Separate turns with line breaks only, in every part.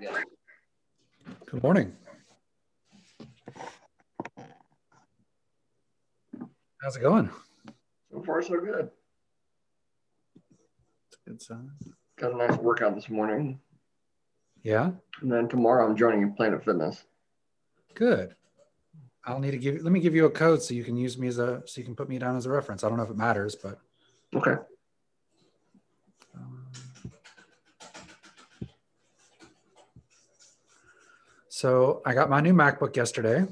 Yeah.
Good morning. How's it going?
So far, so good.
It's a good sign.
Got a nice workout this morning.
Yeah,
And then tomorrow I'm joining Planet Fitness.
good. I'll need to give. Let me give you a code so you can use me as a so you can put me down as a reference. I don't know if it matters, but
Okay.
Um, So I got my new MacBook yesterday.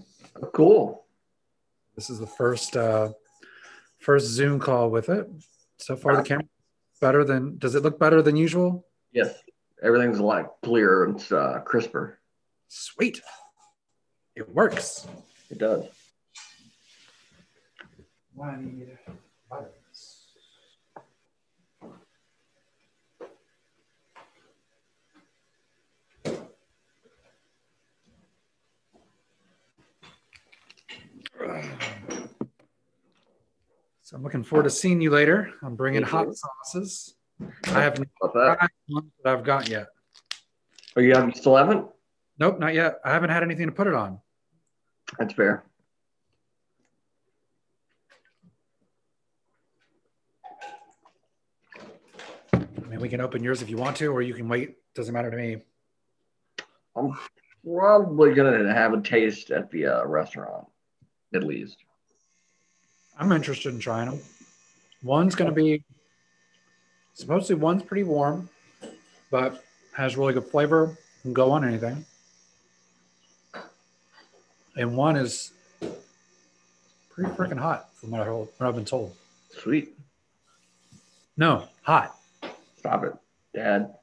Cool.
This is the first uh, first Zoom call with it. So far, the camera better than. Does it look better than usual?
Yes. Everything's a lot clearer and uh, crisper.
Sweet, it works.
It does.
So I'm looking forward to seeing you later. I'm bringing
Me
hot
too.
sauces. I have
About
not
that.
tried one that I've got yet.
Oh, you haven't, still haven't?
Nope, not yet. I haven't had anything to put it on.
That's fair.
I mean, we can open yours if you want to, or you can wait. Doesn't matter to me.
Probably going to have a taste at the uh, restaurant, at least.
I'm interested in trying them. One's going to be, supposedly one's pretty warm, but has really good flavor. Can go on anything. And one is pretty freaking hot, from what, I, heard- what I've been told.
Sweet.
No, hot.
Stop it, Dad.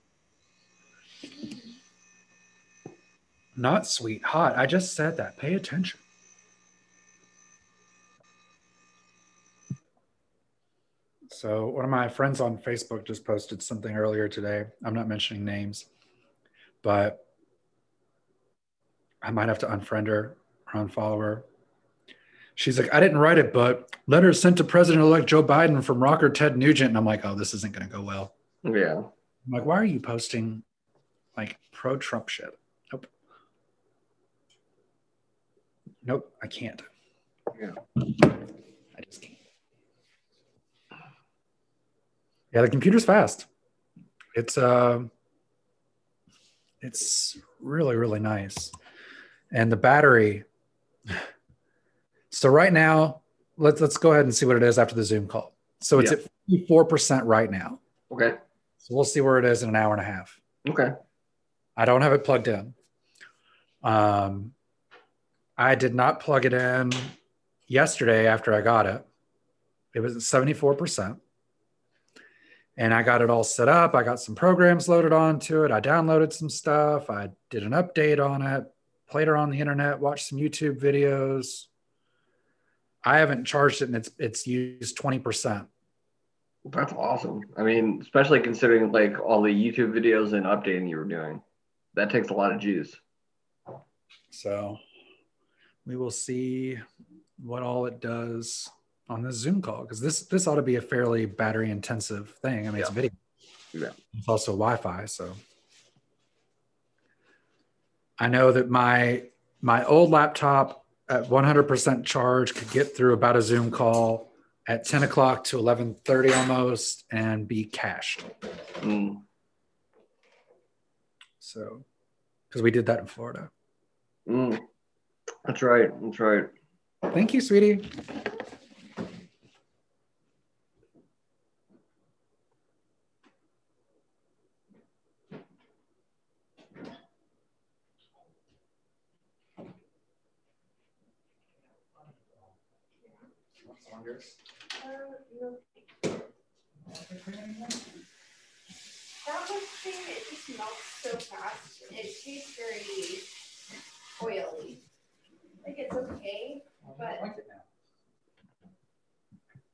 Not sweet, hot. I just said that. Pay attention. So, one of my friends on Facebook just posted something earlier today. I'm not mentioning names, but I might have to unfriend her or unfollow her. She's like, I didn't write it, but letter sent to President elect Joe Biden from rocker Ted Nugent. And I'm like, oh, this isn't going to go well.
Yeah.
I'm like, why are you posting like pro Trump shit? Nope. Nope, I can't.
Yeah.
I just can't. Yeah, the computer's fast. It's uh it's really, really nice. And the battery. So right now, let's let's go ahead and see what it is after the Zoom call. So it's
Yeah.
at 54% right now.
Okay.
So we'll see where it is in an hour and a half.
Okay.
I don't have it plugged in. Um, I did not plug it in yesterday after I got it. It was at 74%. And I got it all set up. I got some programs loaded onto it. I downloaded some stuff. I did an update on it, played around the internet, watched some YouTube videos. I haven't charged it and it's it's used 20%.
That's awesome. I mean, especially considering like all the YouTube videos and updating you were doing. That takes a lot of juice.
So we will see what all it does on this Zoom call because this this ought to be a fairly battery intensive thing. I mean, it's
Yeah.
video.
Yeah.
It's also Wi-Fi, so I know that my my old laptop at 100% charge could get through about a Zoom call at 10 o'clock to 11:30 almost and be cached.
Mm.
So because we did that in Florida.
Mm. That's right. That's right.
Thank you, sweetie.
That one thing that just melts so fast, it tastes very oily. Like it's okay, but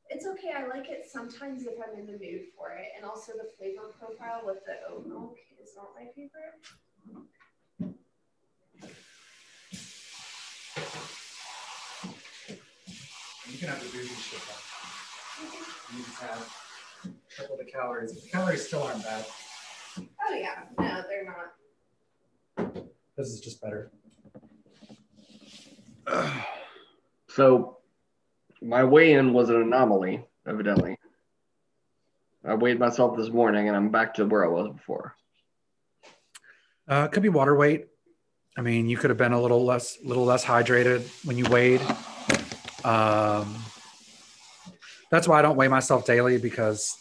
it's okay. I like it sometimes if I'm in the mood for it. And also the flavor profile with the oat milk is not my favorite.
You can have the bougie shit. You just have double the calories. The calories still aren't bad.
Oh yeah, no, they're not.
This is just better.
So my weigh in was an anomaly, evidently. I weighed myself this morning and I'm back to where I was before.
Uh, it could be water weight. I mean, you could have been a little less, little less hydrated when you weighed. Um, that's why I don't weigh myself daily because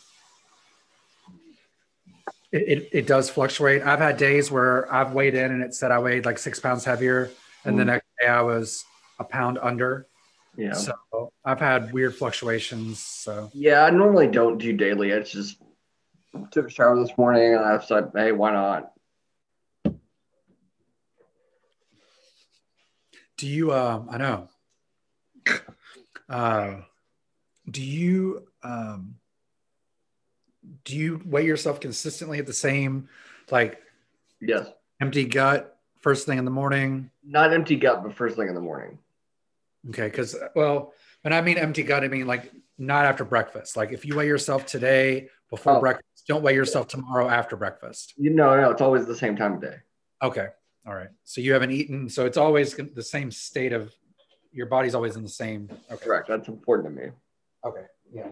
it, it, it does fluctuate. I've had days where I've weighed in and it said I weighed like six pounds heavier, and the
Mm.
next day I was a pound under.
Yeah.
So I've had weird fluctuations. So
Yeah, I normally don't do daily. It's just took a shower this morning and I said, hey, why not?
do you? Um, I know. Uh, do you? Um, do you weigh yourself consistently at the same, like
Yes.
empty gut first thing in the morning?
Not empty gut, but first thing in the morning.
Okay, because well, when I mean empty gut, I mean like not after breakfast. Like if you weigh yourself today before
Oh.
breakfast, don't weigh yourself tomorrow after breakfast.
You know, no, it's always the same time of day.
Okay, all right. So you haven't eaten, so it's always gon- the same state of your body's always in the same. Okay.
Correct. That's important to me.
Okay. Yeah.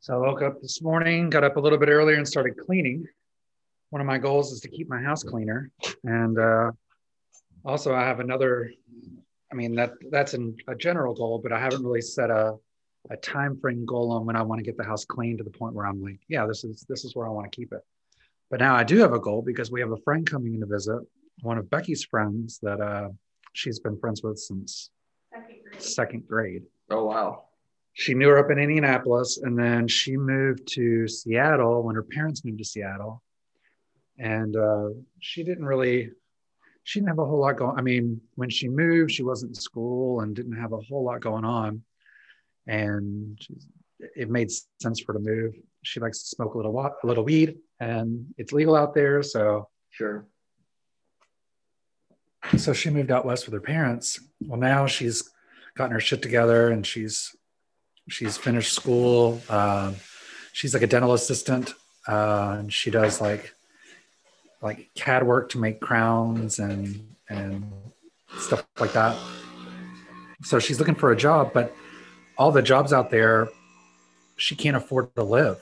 So I woke up this morning, got up a little bit earlier, and started cleaning. One of my goals is to keep my house cleaner, and uh, also I have another. I mean that that's an, a general goal, but I haven't really set a a time frame goal on when I want to get the house clean to the point where I'm like, yeah, this is this is where I want to keep it. But now I do have a goal because we have a friend coming in to visit, one of Becky's friends that uh, she's been friends with since
Second grade.
second grade
Oh, wow.
she knew her up in Indianapolis, and then she moved to Seattle when her parents moved to Seattle. And uh, she didn't really, she didn't have a whole lot going. I mean, when she moved, she wasn't in school and didn't have a whole lot going on. And she's- it made sense for her to move. She likes to smoke a little, wa- a little weed, and it's legal out there, so
Sure.
so she moved out west with her parents well now she's gotten her shit together and she's she's finished school um, she's like a dental assistant uh, and she does like like cad work to make crowns and and stuff like that so she's looking for a job but all the jobs out there she can't afford to live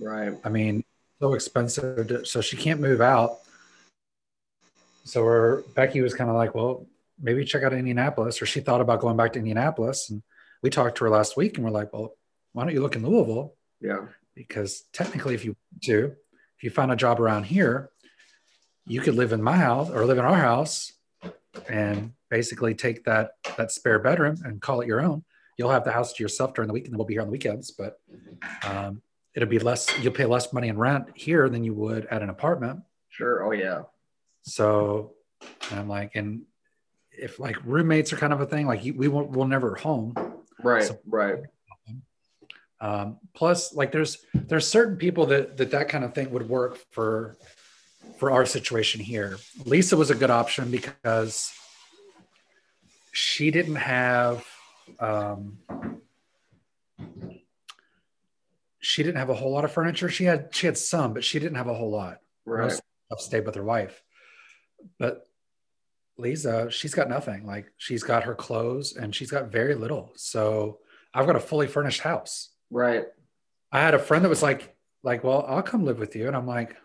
Right.
I mean, so expensive. to- so she can't move out. So her, Becky was kind of like, well, maybe check out Indianapolis. Or she thought about going back to Indianapolis. And we talked to her last week and we're like, well, why don't you look in Louisville?
Yeah.
Because technically, if you want to, if you find a job around here, you could live in my house or live in our house and basically take that that spare bedroom and call it your own. You'll have the house to yourself during the week, and then we'll be here on the weekends. But um, it'll be less. You'll pay less money in rent here than you would at an apartment.
Sure. Oh, yeah.
So and I'm like, and if like roommates are kind of a thing, like you, we won't, we'll never home.
Right.
So-
right.
Um, plus, like there's there's certain people that that that kind of thing would work for for our situation here. Lisa was a good option because she didn't have um, she didn't have a whole lot of furniture. She had she had some, but she didn't have a whole lot
Right.
most stuff stayed with her wife. But Lisa, she's got nothing. Like she's got her clothes and she's got very little. So I've got a fully furnished house.
Right.
I had a friend that was like, like, well, I'll come live with you. And I'm like,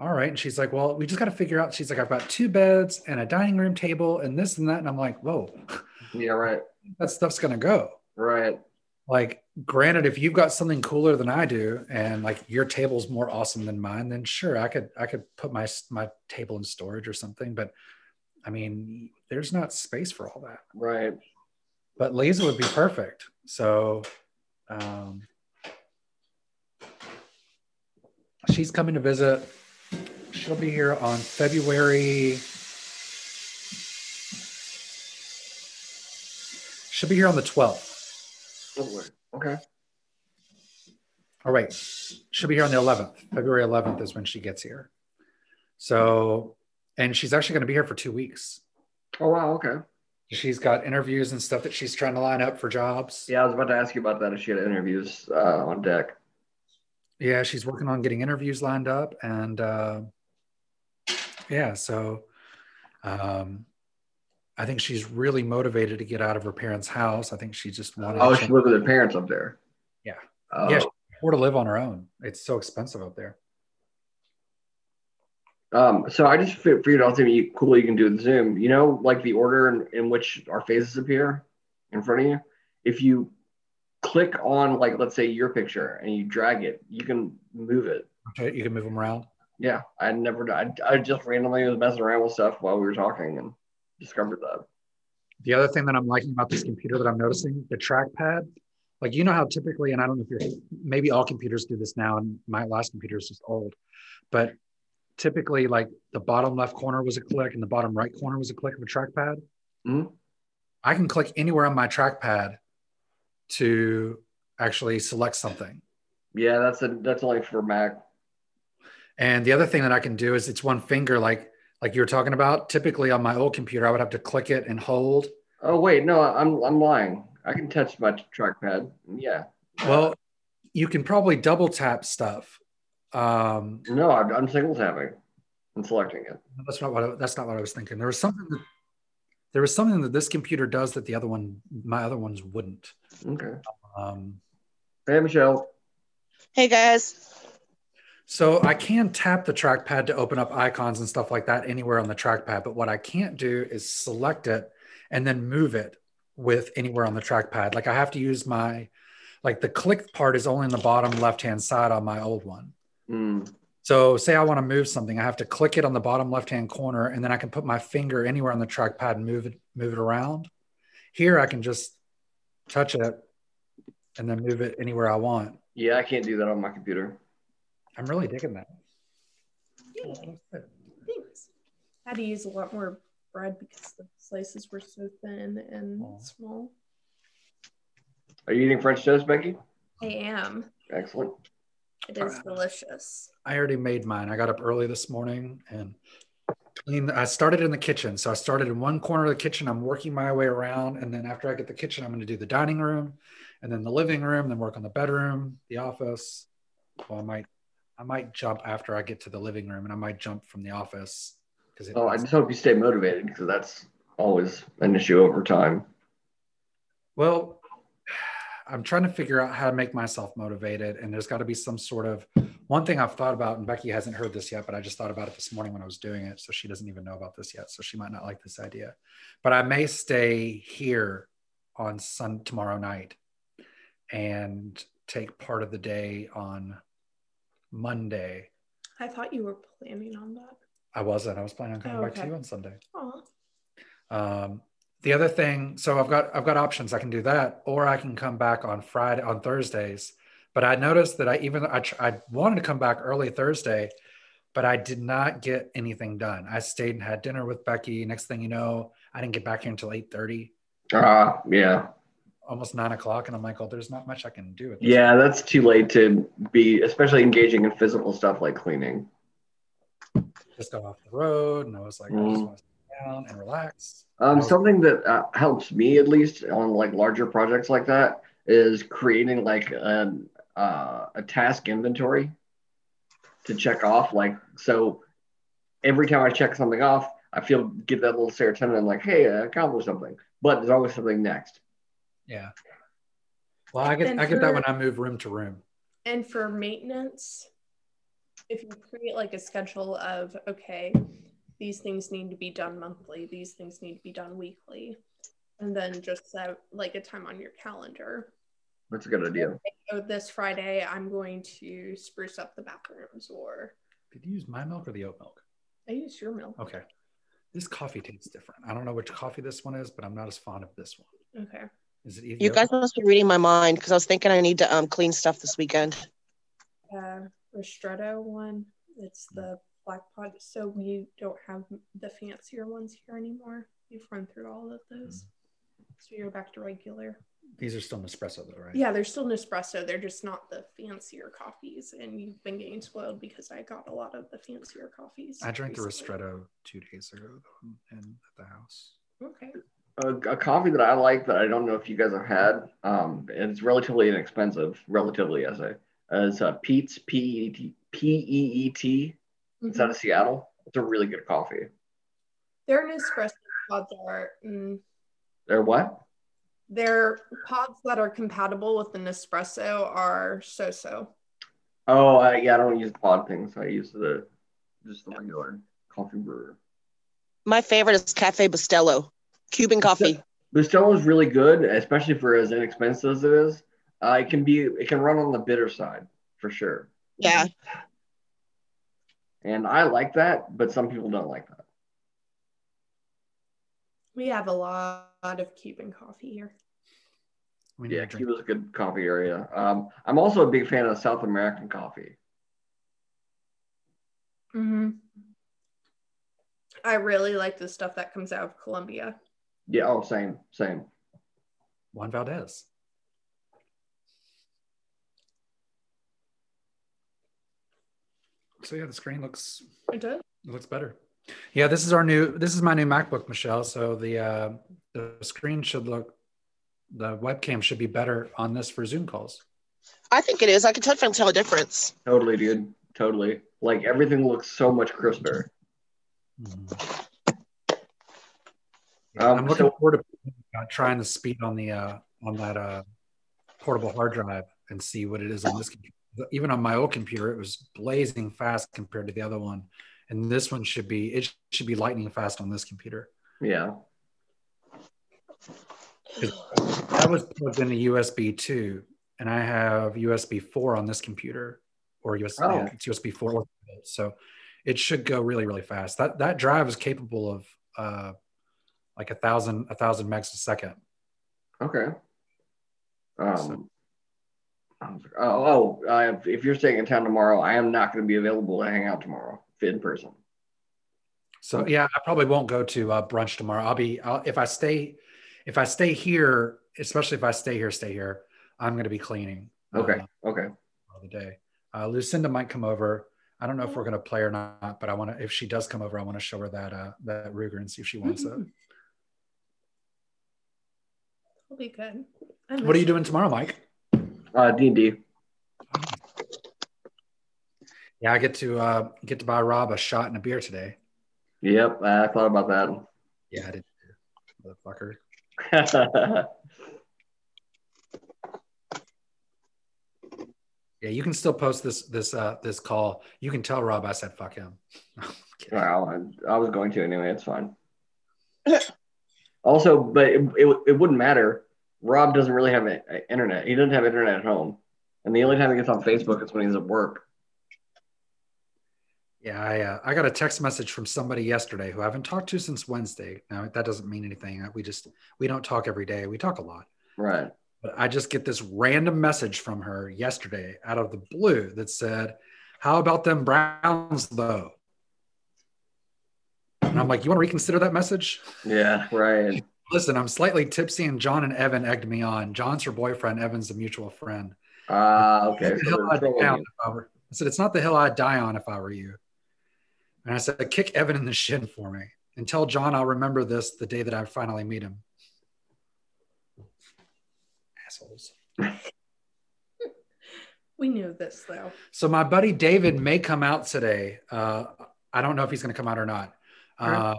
all right. And she's like, well, we just got to figure out. She's like, I've got two beds and a dining room table and this and that. And I'm like, whoa,
Yeah, right.
that stuff's going to go.
Right.
Like, granted, if you've got something cooler than I do and like your table's more awesome than mine, then sure, I could, I could put my, my table in storage or something. But I mean, there's not space for all that.
Right.
But laser would be perfect. So, um, she's coming to visit. She'll be here on February. She'll be here on the 12th.
Don't worry. Okay.
All right. Oh, She'll be here on the 11th. February 11th is when she gets here. So, and she's actually going to be here for two weeks.
Oh wow. Okay.
She's got interviews and stuff that she's trying to line up for jobs.
Yeah, I was about to ask you about that if she had interviews uh, on deck.
yeah she's working on getting interviews lined up and uh, yeah so um, i think she's really motivated to get out of her parents house i think she just wanted
Oh,
to
she lived with her parents up there.
Yeah.
Oh,
Yeah, afford to live on her own it's so expensive up there
Um, so I just fi- figured out something you- cool you can do with Zoom. You know, like the order in, in which our faces appear in front of you. If you click on, like, let's say your picture and you drag it, you can move it.
okay you can move them around
Yeah, I never. d- I, I just randomly was messing around with stuff while we were talking and discovered that.
the other thing that i'm liking about this computer that i'm noticing the trackpad like you know how typically and i don't know if you're maybe all computers do this now and my last computer is just old but typically like the bottom left corner was a click and the bottom right corner was a click of a trackpad
Mhm.
I can click anywhere on my trackpad to actually select something.
Yeah, that's a that's only for Mac.
And the other thing that I can do is it's one finger, like like you were talking about. Typically on my old computer, I would have to click it and hold.
Oh wait, no, I'm I'm lying. I can touch my trackpad. Yeah.
Well, you can probably double tap stuff. Um,
No, I'm, I'm single tapping and selecting it.
that's not what I, that's not what I was thinking. There was something that, there was something that this computer does that the other one, my other ones wouldn't.
Okay.
Um,
Hey, Michelle.
Hey guys.
So I can tap the trackpad to open up icons and stuff like that anywhere on the trackpad, but what I can't do is select it and then move it with anywhere on the trackpad. Like I have to use my like the click part is only in the bottom left-hand side on my old one.
Mm.
So say I want to move something, I have to click it on the bottom left-hand corner and then I can put my finger anywhere on the trackpad and move it move it around. Here I can just touch it and then move it anywhere I want.
Yeah, I can't do that on my computer.
I'm really digging that.
Thanks. Had to use a lot more bread because the slices were so thin and
Aw.
small.
Are you eating French toast, Becky?
I am.
Excellent.
It is
Alright.
delicious.
I already made mine. I got up early this morning and cleaned. I started in the kitchen. So I started in one corner of the kitchen. I'm working my way around. And then after I get the kitchen, I'm going to do the dining room and then the living room, then work on the bedroom, the office. Well, I might, I might jump after I get to the living room and I might jump from the office because it,
Oh, I just hope you stay motivated because that's always an issue over time.
well, I'm trying to figure out how to make myself motivated. And there's got to be some sort of one thing I've thought about, and Becky hasn't heard this yet, but I just thought about it this morning when I was doing it. So she doesn't even know about this yet. So she might not like this idea. But I may stay here on Sun tomorrow night and take part of the day on Monday.
I thought you were planning on that.
I wasn't. I was planning on coming
Oh,
back to
okay.
you on Sunday.
Aw.
Um, the other thing, so I've got I've got options. I can do that, or I can come back on Friday on Thursdays. But I noticed that I even I, tr- I wanted to come back early Thursday, but I did not get anything done. I stayed and had dinner with Becky. Next thing you know, I didn't get back here until eight thirty,
Ah, yeah.
almost nine o'clock, and I'm like, oh, there's not much I can do. At this
Yeah, that's too late to be, especially engaging in physical stuff like cleaning.
just got off the road, and I was like, I just want to sit down and relax.
Um, something that uh, helps me at least on like larger projects like that is creating like an uh, a task inventory to check off. Like so, every time I check something off, I feel get that little serotonin like, hey, I accomplished something. But there's always something next.
Yeah. Well, I get
And
I get that
for-
when I move room to room.
And for maintenance, if you create like a schedule of okay these things need to be done monthly these things need to be done weekly and then just set like a time on your calendar
That's a good idea.
oh this friday i'm going to spruce up the bathrooms or
Did you use my milk or the oat milk?
i use your milk
Okay. This coffee tastes different. I don't know which coffee this one is, but I'm not as fond of this one.
okay
Is it
You guys
Ethiopia?
must be reading my mind because I was thinking I need to um clean stuff this weekend.
uh, ristretto one. It's
Mm.
the black pod. So we don't have the fancier ones here anymore. We've run through all
Mm.
of those. So you're back to regular.
These are still Nespresso though, right?
Yeah, they're still Nespresso. They're just not the fancier coffees. And you've been getting spoiled because I got a lot of the fancier coffees.
I drank the
recently.
ristretto two days ago though, in at the house.
Okay.
A, a coffee that I like that I don't know if you guys have had, um, and it's relatively inexpensive, relatively, I say, is uh, Pete's P E T P E E T. It's out of Seattle. It's a really good coffee.
Their Nespresso pods are. Mm,
They're what?
their pods that are compatible with the Nespresso are so so.
Oh, I, yeah, I don't use pod things. I use the just the regular coffee brewer.
My favorite is Cafe Bustelo, Cuban coffee.
Bustelo is really good, especially for as inexpensive as it is. Uh, it can be, it can run on the bitter side for sure,
Yeah,
and I like that, but some people don't like that.
We have a lot of Cuban coffee here.
We need
Yeah,
to drink.
Cuba's a good coffee area. Um, I'm also a big fan of South American coffee.
hmm I really like the stuff that comes out of Colombia.
Yeah, oh, same, same.
Juan Valdez. So yeah, the screen looks
It does.
It looks better. Yeah, this is our new. This is my new MacBook, Michelle. So the uh, the screen should look, the webcam should be better on this for Zoom calls.
I think it is. I can definitely tell a difference.
Totally, dude. Totally. Like everything looks so much crisper.
Yeah,
Um,
I'm looking
so-
forward to uh, trying the speed on the uh, on that uh, portable hard drive and see what it is on this. Computer. Even on my old computer, it was blazing fast compared to the other one, and this one should be it should be lightning fast on this computer.
Yeah.
that was plugged into USB two, and I have USB four on this computer, or USB
Oh.
yeah, it's USB four. So it should go really, really fast. That that drive is capable of uh, like a thousand a thousand megs a second.
Okay. Um. I'm sorry. Oh, oh uh, if you're staying in town tomorrow, I am not going to be available to hang out tomorrow in person.
So yeah, I probably won't go to uh, brunch tomorrow. I'll be I'll, if I stay if I stay here, especially if I stay here, stay here. I'm going to be cleaning.
Okay.
uh,
Okay.
of the day. Uh, Lucinda might come over. I don't know if we're going to play or not, but I want to. If she does come over, I want to show her that uh, that Ruger and see
Mm-hmm.
if she wants it.
It'll be good. I
What are
miss
you doing tomorrow, Mike?
Uh, D and D.
Yeah, I get to uh, get to buy Rob a shot and a beer today.
Yep, I thought about
Yeah, I did. Motherfucker.
that.
Yeah, you can still post this this uh, this call. You can tell Rob I said fuck him. Kidding.
wow, I, I was going to anyway. It's fine. also, but it, it, it wouldn't matter. Rob doesn't really have a, a- internet. He doesn't have internet at home, and the only time he gets on Facebook is when he's at work.
Yeah, I, uh, I got a text message from somebody yesterday who I haven't talked to since Wednesday. Now that doesn't mean anything. We just we don't talk every day. We talk a lot.
Right.
but I just get this random message from her yesterday out of the blue that said, How about them Browns though? And I'm like, You want to reconsider that message?
Yeah. Right.
Listen, I'm slightly tipsy and John and Evan egged me on. John's her boyfriend, Evan's a mutual friend.
Ah, okay.
It's the
So
hill
they're
I'd
trolling
die on
you.
if I were- I said, It's not the hill I'd die on if I were you. And I said, Kick Evan in the shin for me and tell John I'll remember this the day that I finally meet him. Assholes.
We knew this though.
So my buddy David may come out today. Uh, I don't know if he's going to come out or not. Uh,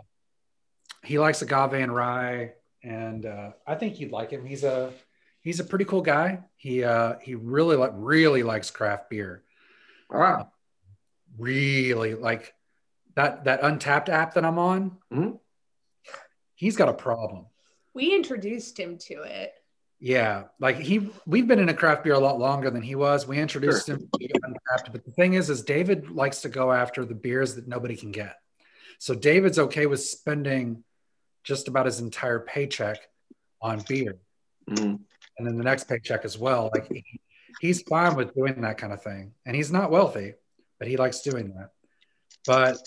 he likes agave and rye, and uh, I think you'd like him. He's a he's a pretty cool guy. He uh, he really like really likes craft beer.
Ah, All right.
really like that that untapped app that I'm on.
Mhm.
He's got a problem.
We introduced him to it.
Yeah, like he, we've been in a craft beer a lot longer than he was. We introduced him to Untapped, but the thing is, is David likes to go after the beers that nobody can get. So David's okay with spending just about his entire paycheck on beer,
Mm.
and then the next paycheck as well. Like he, he's fine with doing that kind of thing, and he's not wealthy, but he likes doing that. But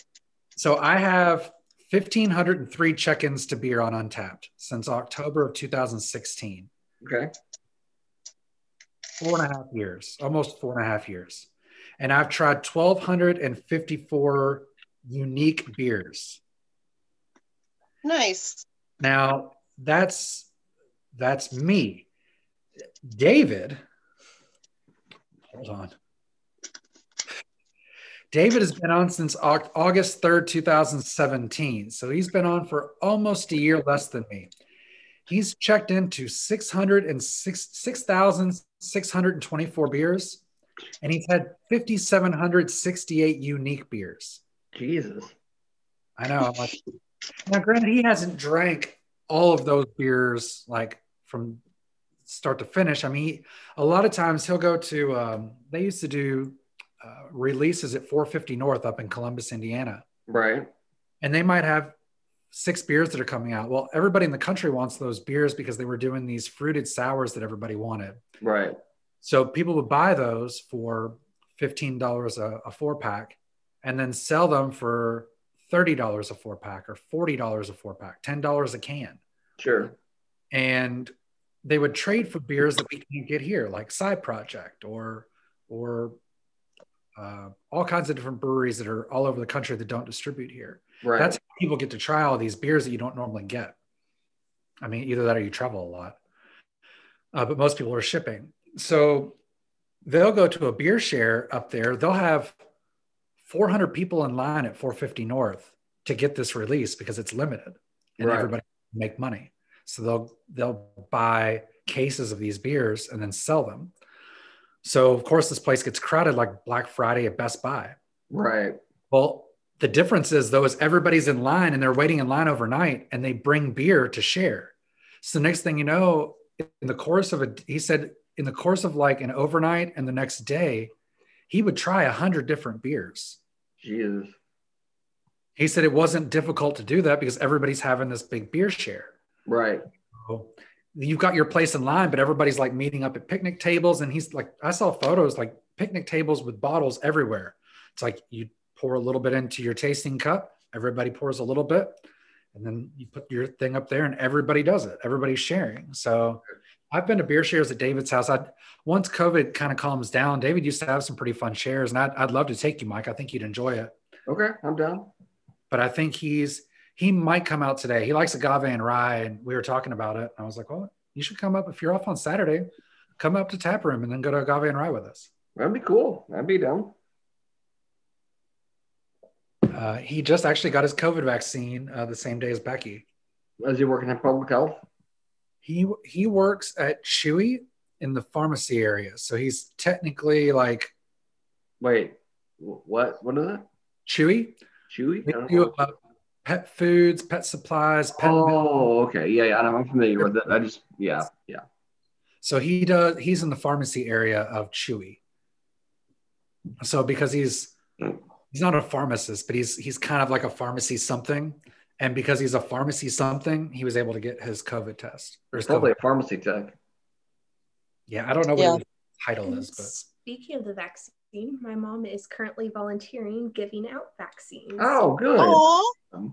so I have fifteen hundred and three check-ins to beer on Untapped since October of two thousand sixteen
Okay.
four and a half years, almost four and a half years. And I've tried 1,254 unique beers.
Nice.
Now that's that's me. David, hold on. David has been on since Au- August 3rd, 2017. So he's been on for almost a year less than me. He's checked into 606 6,624 beers and he's had 5,768 unique beers.
Jesus.
I know. I'm like, now, granted, he hasn't drank all of those beers like from start to finish. I mean, he, a lot of times he'll go to. Um, they used to do uh, releases at 450 North up in Columbus, Indiana,
Right.
and they might have six beers that are coming out. Well, everybody in the country wants those beers because they were doing these fruited sours that everybody wanted.
Right.
So people would buy those for fifteen dollars a four pack, and then sell them for thirty dollars a four pack or forty dollars a four pack, ten dollars a can,
Sure.
and they would trade for beers that we can't get here, like Side Project or or uh, all kinds of different breweries that are all over the country that don't distribute here.
Right.
That's how people get to try all these beers that you don't normally get. I mean, either that or you travel a lot. Uh, but most people are shipping. So they'll go to a beer share up there. They'll have 400 people in line at 450 North to get this release because it's limited and
Right.
everybody can make money. So they'll they'll buy cases of these beers and then sell them. So of course this place gets crowded like Black Friday at Best Buy.
right.
Well, the difference is though is everybody's in line and they're waiting in line overnight and they bring beer to share. So the next thing you know, in the course of a he said in the course of like an overnight and the next day, he would try a hundred different beers.
Jesus.
He said it wasn't difficult to do that because everybody's having this big beer share.
Right.
So you've got your place in line, but everybody's like meeting up at picnic tables. And he's like, I saw photos like picnic tables with bottles everywhere. It's like you pour a little bit into your tasting cup, everybody pours a little bit, and then you put your thing up there and everybody does it. Everybody's sharing. So I've been to beer shares at David's house. I once COVID kind of calms down, David used to have some pretty fun shares, and I'd, I'd love to take you, Mike. I think you'd enjoy it
Okay. I'm down.
but I think he's he might come out today. He likes agave and rye, and we were talking about it. And I was like, well, you should come up if you're off on Saturday. Come up to tap room and then go to agave and rye with us.
That'd be cool. I'd be down.
Uh, he just actually got his COVID vaccine uh, the same day as Becky.
Is he working in public health?
He he works at Chewy in the pharmacy area, so he's technically like
Wait. wh- What? What is it?
Chewy.
Chewy?
They
I don't
do
know.
uh, pet foods, pet supplies, pet. milk.
Oh. Oh, okay. Yeah, yeah. I'm I'm familiar with it. I just, yeah, yeah.
So he does. He's in the pharmacy area of Chewy. So because he's he's not a pharmacist, but he's he's kind of like a pharmacy something, and because he's a pharmacy something, he was able to get his COVID test or his
Probably
COVID.
a pharmacy tech.
Yeah, I don't know what
Yeah.
his title
And
is, but
Speaking of the vaccine, my mom is currently volunteering giving out vaccines.
Oh, good. Um,
Aw.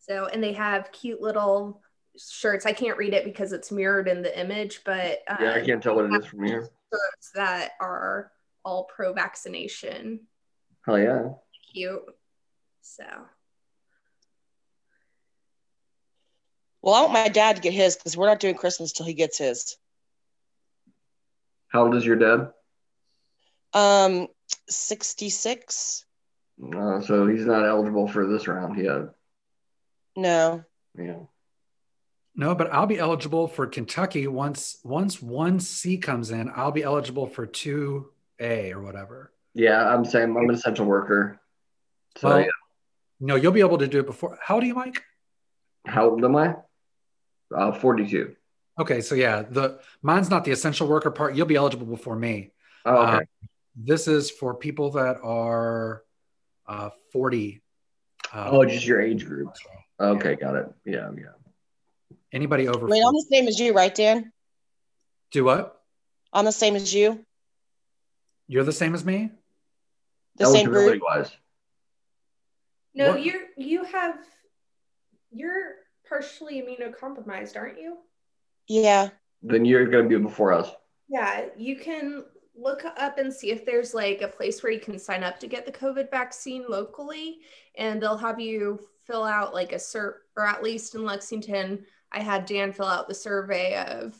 So, and they have cute little shirts. I can't read it because it's mirrored in the image, but um,
Yeah, I can't tell what it is from here.
shirts that are all pro vaccination.
Hell yeah.
Cute. So,
Well, I want my dad to get his because we're not doing Christmas till he gets his.
How old is your dad?
Um, 66?
Uh, so he's not eligible for this round yet.
No.
Yeah.
no, but I'll be eligible for Kentucky once once one C comes in. I'll be eligible for two A or whatever.
Yeah, I'm saying I'm an essential worker. So
well,
yeah.
no, you'll be able to do it before. How old are you, Mike?
how old am I? Uh, 42.
Okay, so yeah, the mine's not the essential worker part. You'll be eligible before me.
Oh, okay.
Uh, this is for people that are uh, 40. Uh,
oh, just your age group. Okay, got it. Yeah, yeah.
Anybody over
Wait, I'm
40.
the same as you, right, Dan?
Do what?
I'm the same as you.
You're the same as me?
The same group.
wise.
No,
What-
you're you have you're partially immunocompromised, aren't you?
Yeah.
Then you're gonna be before us.
Yeah, you can look up and see if there's like a place where you can sign up to get the COVID vaccine locally, and they'll have you fill out like a cert, or at least in Lexington, I had Dan fill out the survey of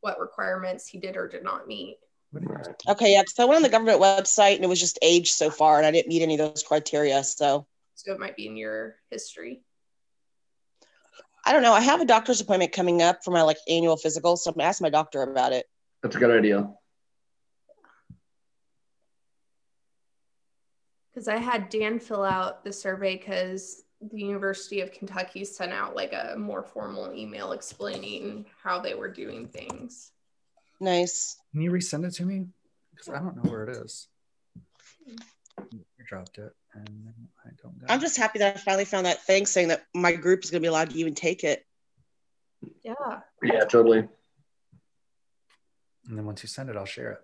what requirements he did or did not meet.
Right.
Okay, yeah, because I went on the government website and it was just age so far, and I didn't meet any of those criteria. So
So it might be in your history.
I don't know. I have a doctor's appointment coming up for my like annual physical, so I'm gonna ask my doctor about it.
That's a good idea.
Because I had Dan fill out the survey because the University of Kentucky sent out like a more formal email explaining how they were doing things.
Nice.
Can you resend it to me? Because I don't know where it is. I dropped it and then I don't got
I'm
it.
just happy that I finally found that thing saying that my group is gonna be allowed to even take it.
Yeah.
Yeah, totally.
And then once you send it, I'll share it.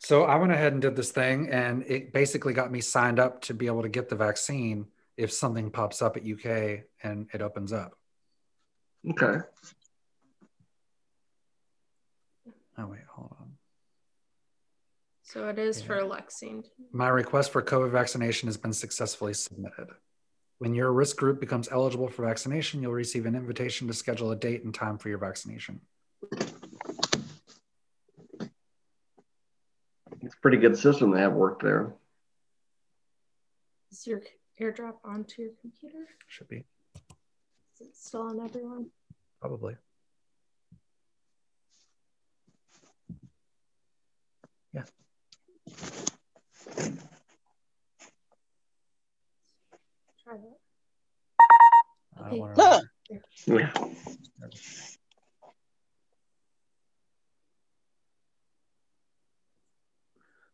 So I went ahead and did this thing, and it basically got me signed up to be able to get the vaccine if something pops up at UK and it opens up.
Okay.
Oh, wait, hold on.
So it is
Yeah.
for Lexington.
My request for COVID vaccination has been successfully submitted. When your risk group becomes eligible for vaccination, you'll receive an invitation to schedule a date and time for your vaccination.
It's a pretty good system they have worked there.
Is your airdrop onto your computer?
Should be,
Is it still on everyone?
probably.
Try that.
I
Okay.
don't wanna-
Look.
Yeah.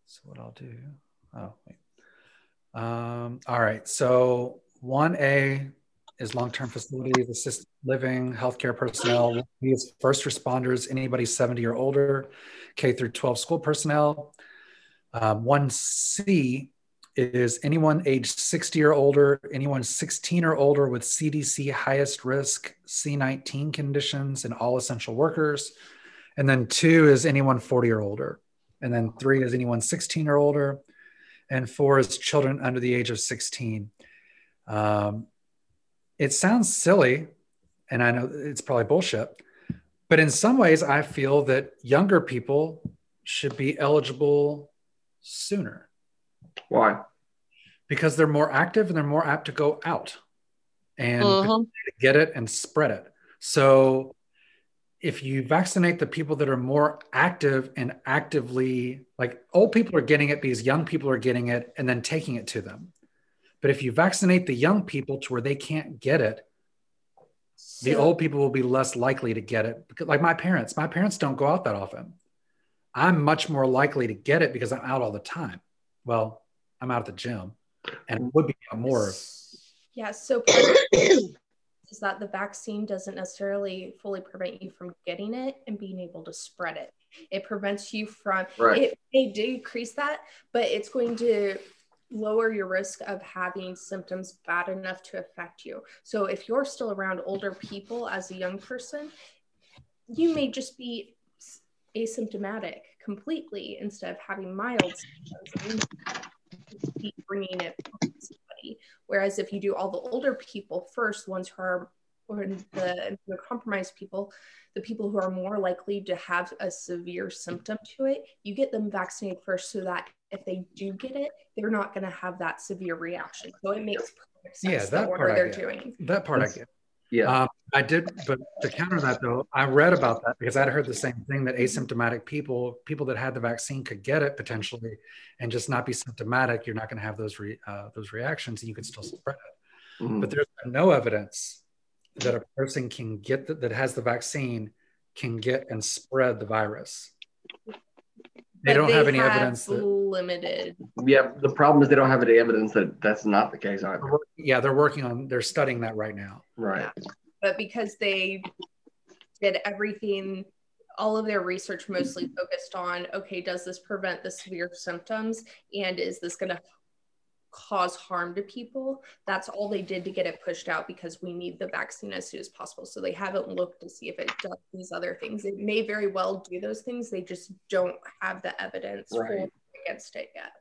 So what I'll do? Oh wait. Um, all right. So one A is long-term facilities, assisted living, healthcare personnel. One B is first responders, anybody 70 or older, K through 12 school personnel. Um, one C is anyone age 60 or older, anyone 16 or older with CDC highest risk C19 conditions, and all essential workers. And then two is anyone 40 or older. And then three is anyone 16 or older. And four is children under the age of 16. Um, it sounds silly, and I know it's probably bullshit, but in some ways, I feel that younger people should be eligible sooner
Why?
because they're more active and they're more apt to go out and
Mhm.
get it and spread it. So if you vaccinate the people that are more active and actively like old people are getting it because young people are getting it and then taking it to them. But if you vaccinate the young people to where they can't get it, the
So-
old people will be less likely to get it. Because, Like my parents, my parents don't go out that often. I'm much more likely to get it because I'm out all the time. Well, I'm out at the gym and would be more. if-
Yeah. So part of it is that the vaccine doesn't necessarily fully prevent you from getting it and being able to spread it. It prevents you from
Right.
it may decrease that, but it's going to lower your risk of having symptoms bad enough to affect you. So if you're still around older people as a young person, you may just be s- asymptomatic completely instead of having mild symptoms and be bringing it to somebody. Whereas if you do all the older people first, the ones who are or the, the compromised people, the people who are more likely to have a severe symptom to it, you get them vaccinated first so that if they do get it, they're not going to have that severe reaction. So it makes perfect sense
Yeah, that
the
part
order
I
they're
get.
doing.
That part I get.
Yeah.
Um, I did, but to counter that though, I read about that because I'd heard the same thing that asymptomatic people, people that had the vaccine, could get it potentially, and just not be symptomatic. You're not going to have those re, uh, those reactions, and you can still spread it.
Mhm.
But there's been no evidence that a person can get the, that has the vaccine can get and spread the virus. They
But
don't have any
have
evidence that.
limited.
yeah, the problem is they don't have any evidence that that's not the case either.
Yeah, they're working on. They're studying that right now.
Right.
but because they did everything all of their research mostly focused on okay does this prevent the severe symptoms and is this going to cause harm to people that's all they did to get it pushed out because we need the vaccine as soon as possible so they haven't looked to see if it does these other things it may very well do those things they just don't have the evidence for
Right.
or against it yet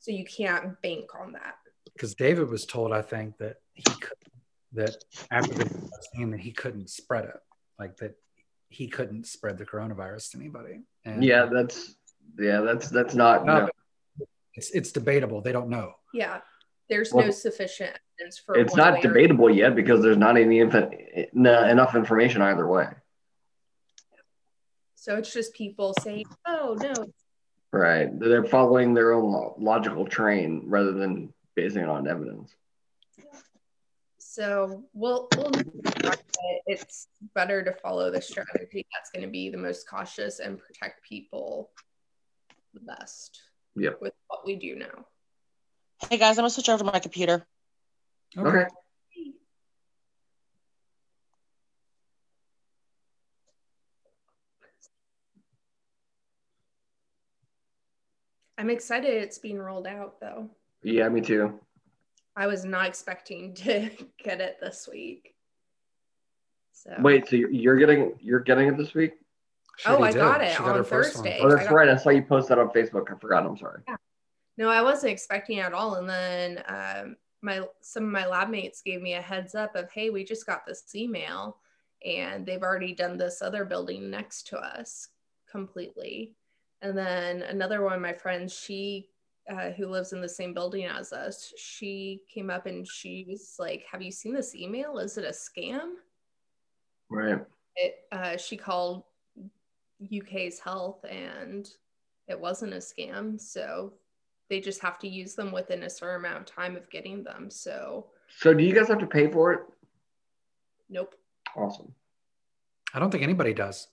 so you can't bank on that
because David was told, I think that he could, that after the vaccine that he couldn't spread it, like that he couldn't spread the coronavirus to anybody. And
Yeah, that's yeah, that's that's not
No,
no,
it's it's debatable. They don't know.
yeah there's
Well,
no sufficient evidence for
it's
one
not
way or-
debatable yet because there's not any infant, no, enough information either way.
So it's just people saying, oh, no,
Right. They're following their own lo- logical train rather than basing it on evidence.
so we'll, we'll it's better to follow the strategy that's going to be the most cautious and protect people the best
Yep.
with what we do now.
Hey guys, I'm gonna switch over to my computer.
Okay.
I'm excited it's being rolled out though.
Yeah, me too.
I was not expecting to get it this week. So
Wait, so you're- you're getting you're getting it this week?
She
Oh, I
did.
got it
She
on
her first one.
Thursday.
Oh, that's
I got-
right. I saw you post that on Facebook. I forgot. I'm sorry.
No, I wasn't expecting it at all. And then um, my some of my lab mates gave me a heads up of, hey, we just got this email, and they've already done this other building next to us completely. And then another one of my friends, she uh, who lives in the same building as us, she came up and she's like, "Have you seen this email? Is it a scam?"
Right.
It, uh, she called UK's health and it wasn't a scam. So they just have to use them within a certain amount of time of getting them. So,
So do you guys have to pay for it?
nope.
Awesome.
I don't think anybody does.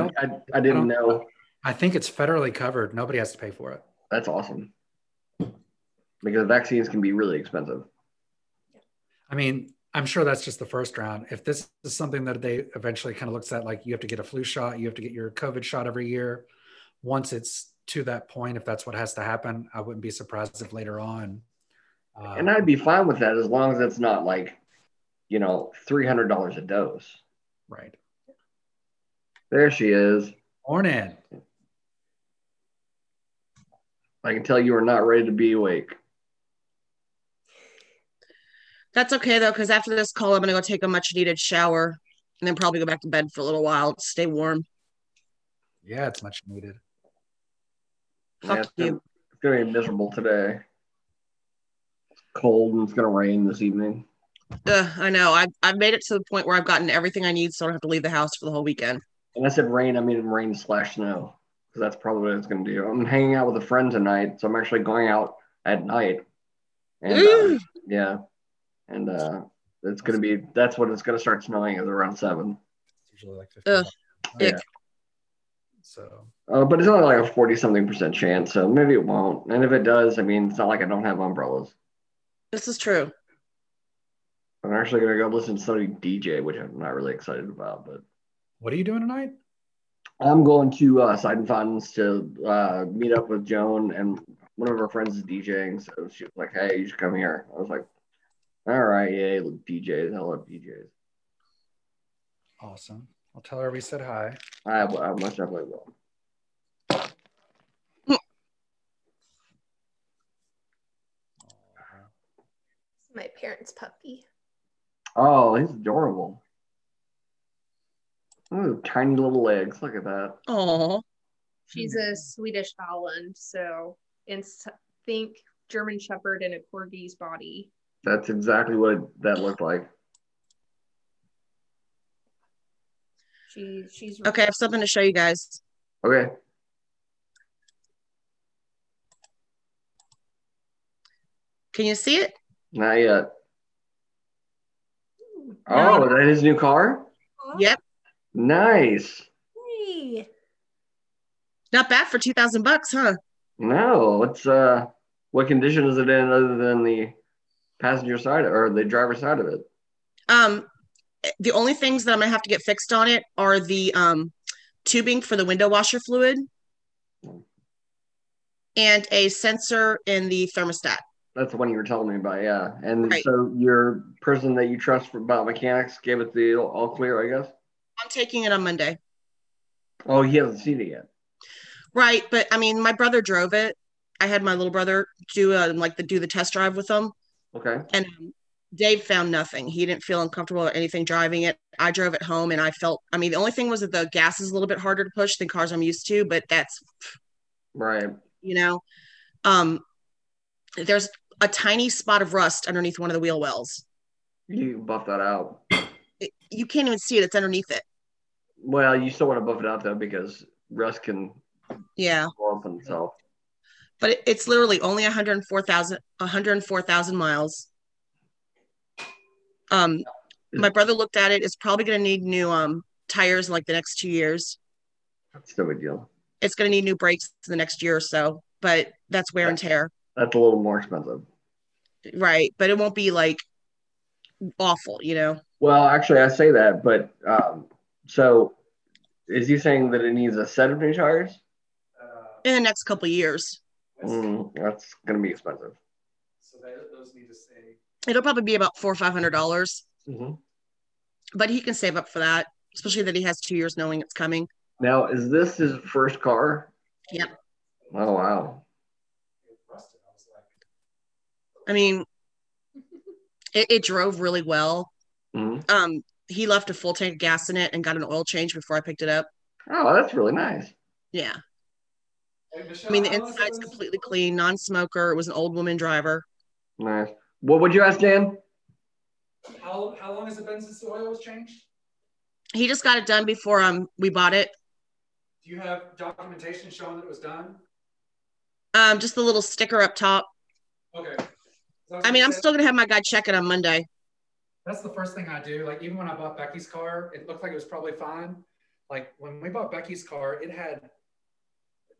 I I,
don't.
I, didn't
don't-
know.
I think it's federally covered. Nobody has to pay for it.
That's awesome. Because vaccines can be really expensive.
I mean, I'm sure that's just the first round. If this is something that they eventually kind of looks at, like you have to get a flu shot, you have to get your COVID shot every year. Once it's to that point, if that's what has to happen, I wouldn't be surprised if later on. Uh,
And I'd be fine with that as long as it's not like, you know, three hundred dollars a dose.
right.
There she is.
Morning.
I can tell you are not ready to be awake.
That's okay though, because after this call, I'm gonna go take a much needed shower and then probably go back to bed for a little while. Stay warm.
Yeah, it's much needed.
Fuck
it's gonna-
you.
It's gonna be miserable today. It's cold and it's gonna rain this evening.
Ugh, I know. I've, I've made it to the point where I've gotten everything I need, so I don't have to leave the house for the whole weekend.
And I said rain, I mean rain slash snow. Because that's probably what it's gonna do. I'm hanging out with a friend tonight, so I'm actually going out at night. And uh,
Ooh.
yeah. And uh it's gonna be that's when it's gonna start snowing is around seven.
It's usually like 15.
Ugh,
ick.
So
Uh, but it's only like a 40 something percent chance, so maybe it won't. And if it does, I mean, it's not like I don't have umbrellas.
This is true.
I'm actually going to go listen to somebody DJ, which I'm not really excited about. But
what are you doing tonight?
I'm going to uh, Side and Fountains to uh, meet up with Joan, and one of her friends is DJing. So she was like, hey, you should come here. I was like, all right, yay, DJs. I love DJs.
Awesome. I'll tell her we said hi.
I, I most definitely will.
It's my parents' puppy.
Oh, he's adorable. Ooh, tiny little legs. Look at that.
Oh,
She's
Hmm.
a Swedish Holland. So, and s- think German Shepherd in a corgi's body.
That's exactly what that looked like.
She she's
Okay, I have something to show you guys.
Okay.
Can you see it?
Not yet. Oh, that is new car?
Yep.
Nice.
Hey.
Not bad for two thousand bucks, huh?
No, it's uh what condition is it in other than the passenger side or the driver's side of it?
Um, the only things that I'm gonna have to get fixed on it are the um, tubing for the window washer fluid and a sensor in the thermostat.
That's the one you were telling me about, yeah. And
Right.
so your person that you trust for about mechanics gave it the all clear, I guess.
I'm taking it on Monday.
Oh, he hasn't seen it yet.
Right, but I mean, my brother drove it. I had my little brother do um, like the do the test drive with them,
Okay.
and um, Dave found nothing. He didn't feel uncomfortable or anything driving it. I drove it home, and I felt. I mean, the only thing was that the gas is a little bit harder to push than cars I'm used to, but that's
Right.
you know um there's a tiny spot of rust underneath one of the wheel wells
You can buff that out.
It- you can't even see it it's underneath it
Well, you still want to buff it out though because rust can
yeah
blow up on itself.
but it, it's literally only 104000 104000 miles um my brother looked at it it's probably going to need new um tires in like the next two years
That's no big deal.
it's going to need new brakes in the next year or so but that's wear and tear
That's a little more expensive.
right but it won't be like awful you know
Well, actually, I say that, but um, so is he saying that it needs a set of new tires?
in the next couple years
Mm, that's going to be expensive.
So that, those need to stay.
it'll probably be about four or five hundred dollars but he can save up for that, especially that he has two years knowing it's coming.
Now, is this his first car?
Yep.
Oh wow.
Rusted. I was like,
I mean, it, it drove really well.
Mhm.
Um, he left a full tank of gas in it and got an oil change before I picked it up.
Oh, that's really nice.
Yeah.
hey,
I
Michelle,
mean, the
how long has
inside's
this-
completely clean, non smoker. It was an old woman driver.
Nice. What would you ask, Dan?
How, how long has it been since the oil was changed?
He just got it done before um we bought it.
Do you have documentation showing that it was done?
Um, just the little sticker up top.
Okay. 'Cause was
I mean,
gonna
I'm
say-
still gonna have my guy check it on Monday.
That's the first thing I do. Like even when I bought Becky's car, it looked like it was probably fine. Like when we bought Becky's car, it had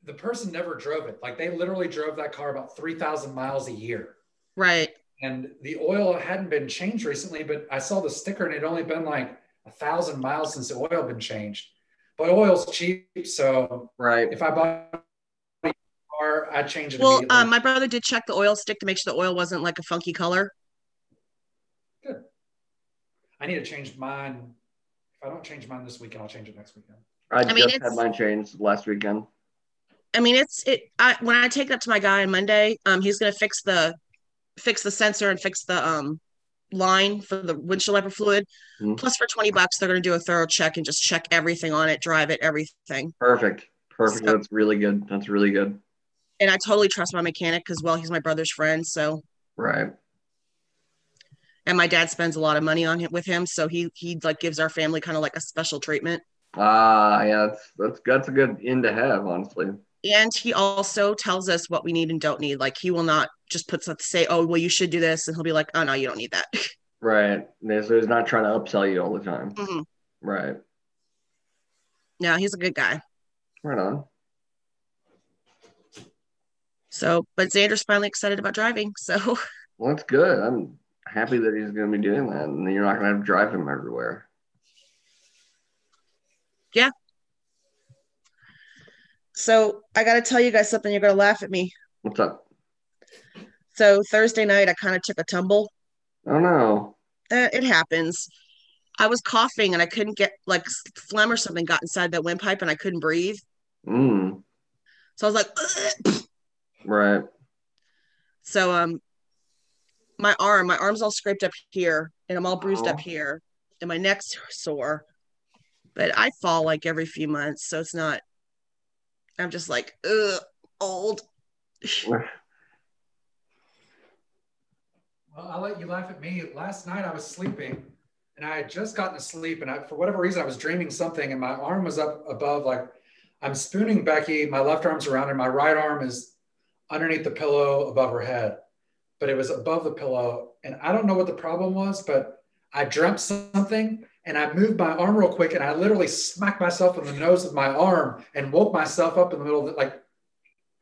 the person never drove it. Like they literally drove that car about 3,000 miles a year.
Right.
And the oil hadn't been changed recently, but I saw the sticker and it only been like a thousand miles since the oil been changed. But oil's cheap, so
Right.
if I bought a car, I change it
Well,
immediately.
um, my brother did check the oil stick to make sure the oil wasn't like a funky color.
I need to change mine. If I don't change mine this weekend, I'll change it next weekend.
I,
mean,
just had
it's-
mine changed last weekend.
I mean, it's it. I, when I take it up to my guy on Monday, um, he's gonna fix the fix the sensor and fix the um line for the windshield wiper fluid.
Mhm.
Plus, for twenty bucks, they're gonna do a thorough check and just check everything on it, drive it, everything.
Perfect. Perfect.
So-
That's really good. That's really good.
And I totally trust my mechanic because well, he's my brother's friend, so
Right.
and my dad spends a lot of money on him with him, so he he like gives our family kind of like a special treatment.
Ah, yeah. That's that's that's a good end to have, honestly.
And he also tells us what we need and don't need. Like he will not just put something say, oh well, you should do this, and he'll be like, oh no, you don't need that.
Right. There's, there's not trying to upsell you all the time.
Mhm.
Right.
No, he's a good guy.
Right on.
So, but Xander's finally excited about driving. So,
Well, that's good. I'm happy that he's going to be doing that, and you're not going to have to drive him everywhere.
so I got to tell you guys something. You're going to laugh at me.
What's up?
So, Thursday night, I kind of took a tumble.
Oh no.
Eh, it happens. I was coughing and I couldn't get like s- phlegm or something got inside that windpipe and I couldn't breathe.
Mm.
So, I was like,
Right.
so, um, my arm, my arm's all scraped up here and I'm all bruised
Oh.
up here and my neck's sore. But I fall like every few months. So, it's not, I'm just like, ugh, old.
Well, I'll let you laugh at me. Last night I was sleeping and I had just gotten asleep, and I, for whatever reason, I was dreaming something, and my arm was up above, like I'm spooning Becky. My left arm's around her, my right arm is underneath the pillow above her head, but it was above the pillow, and I don't know what the problem was, but I dreamt something, and I moved my arm real quick, and I literally smacked myself in the nose with my arm, and woke myself up in the middle of the, like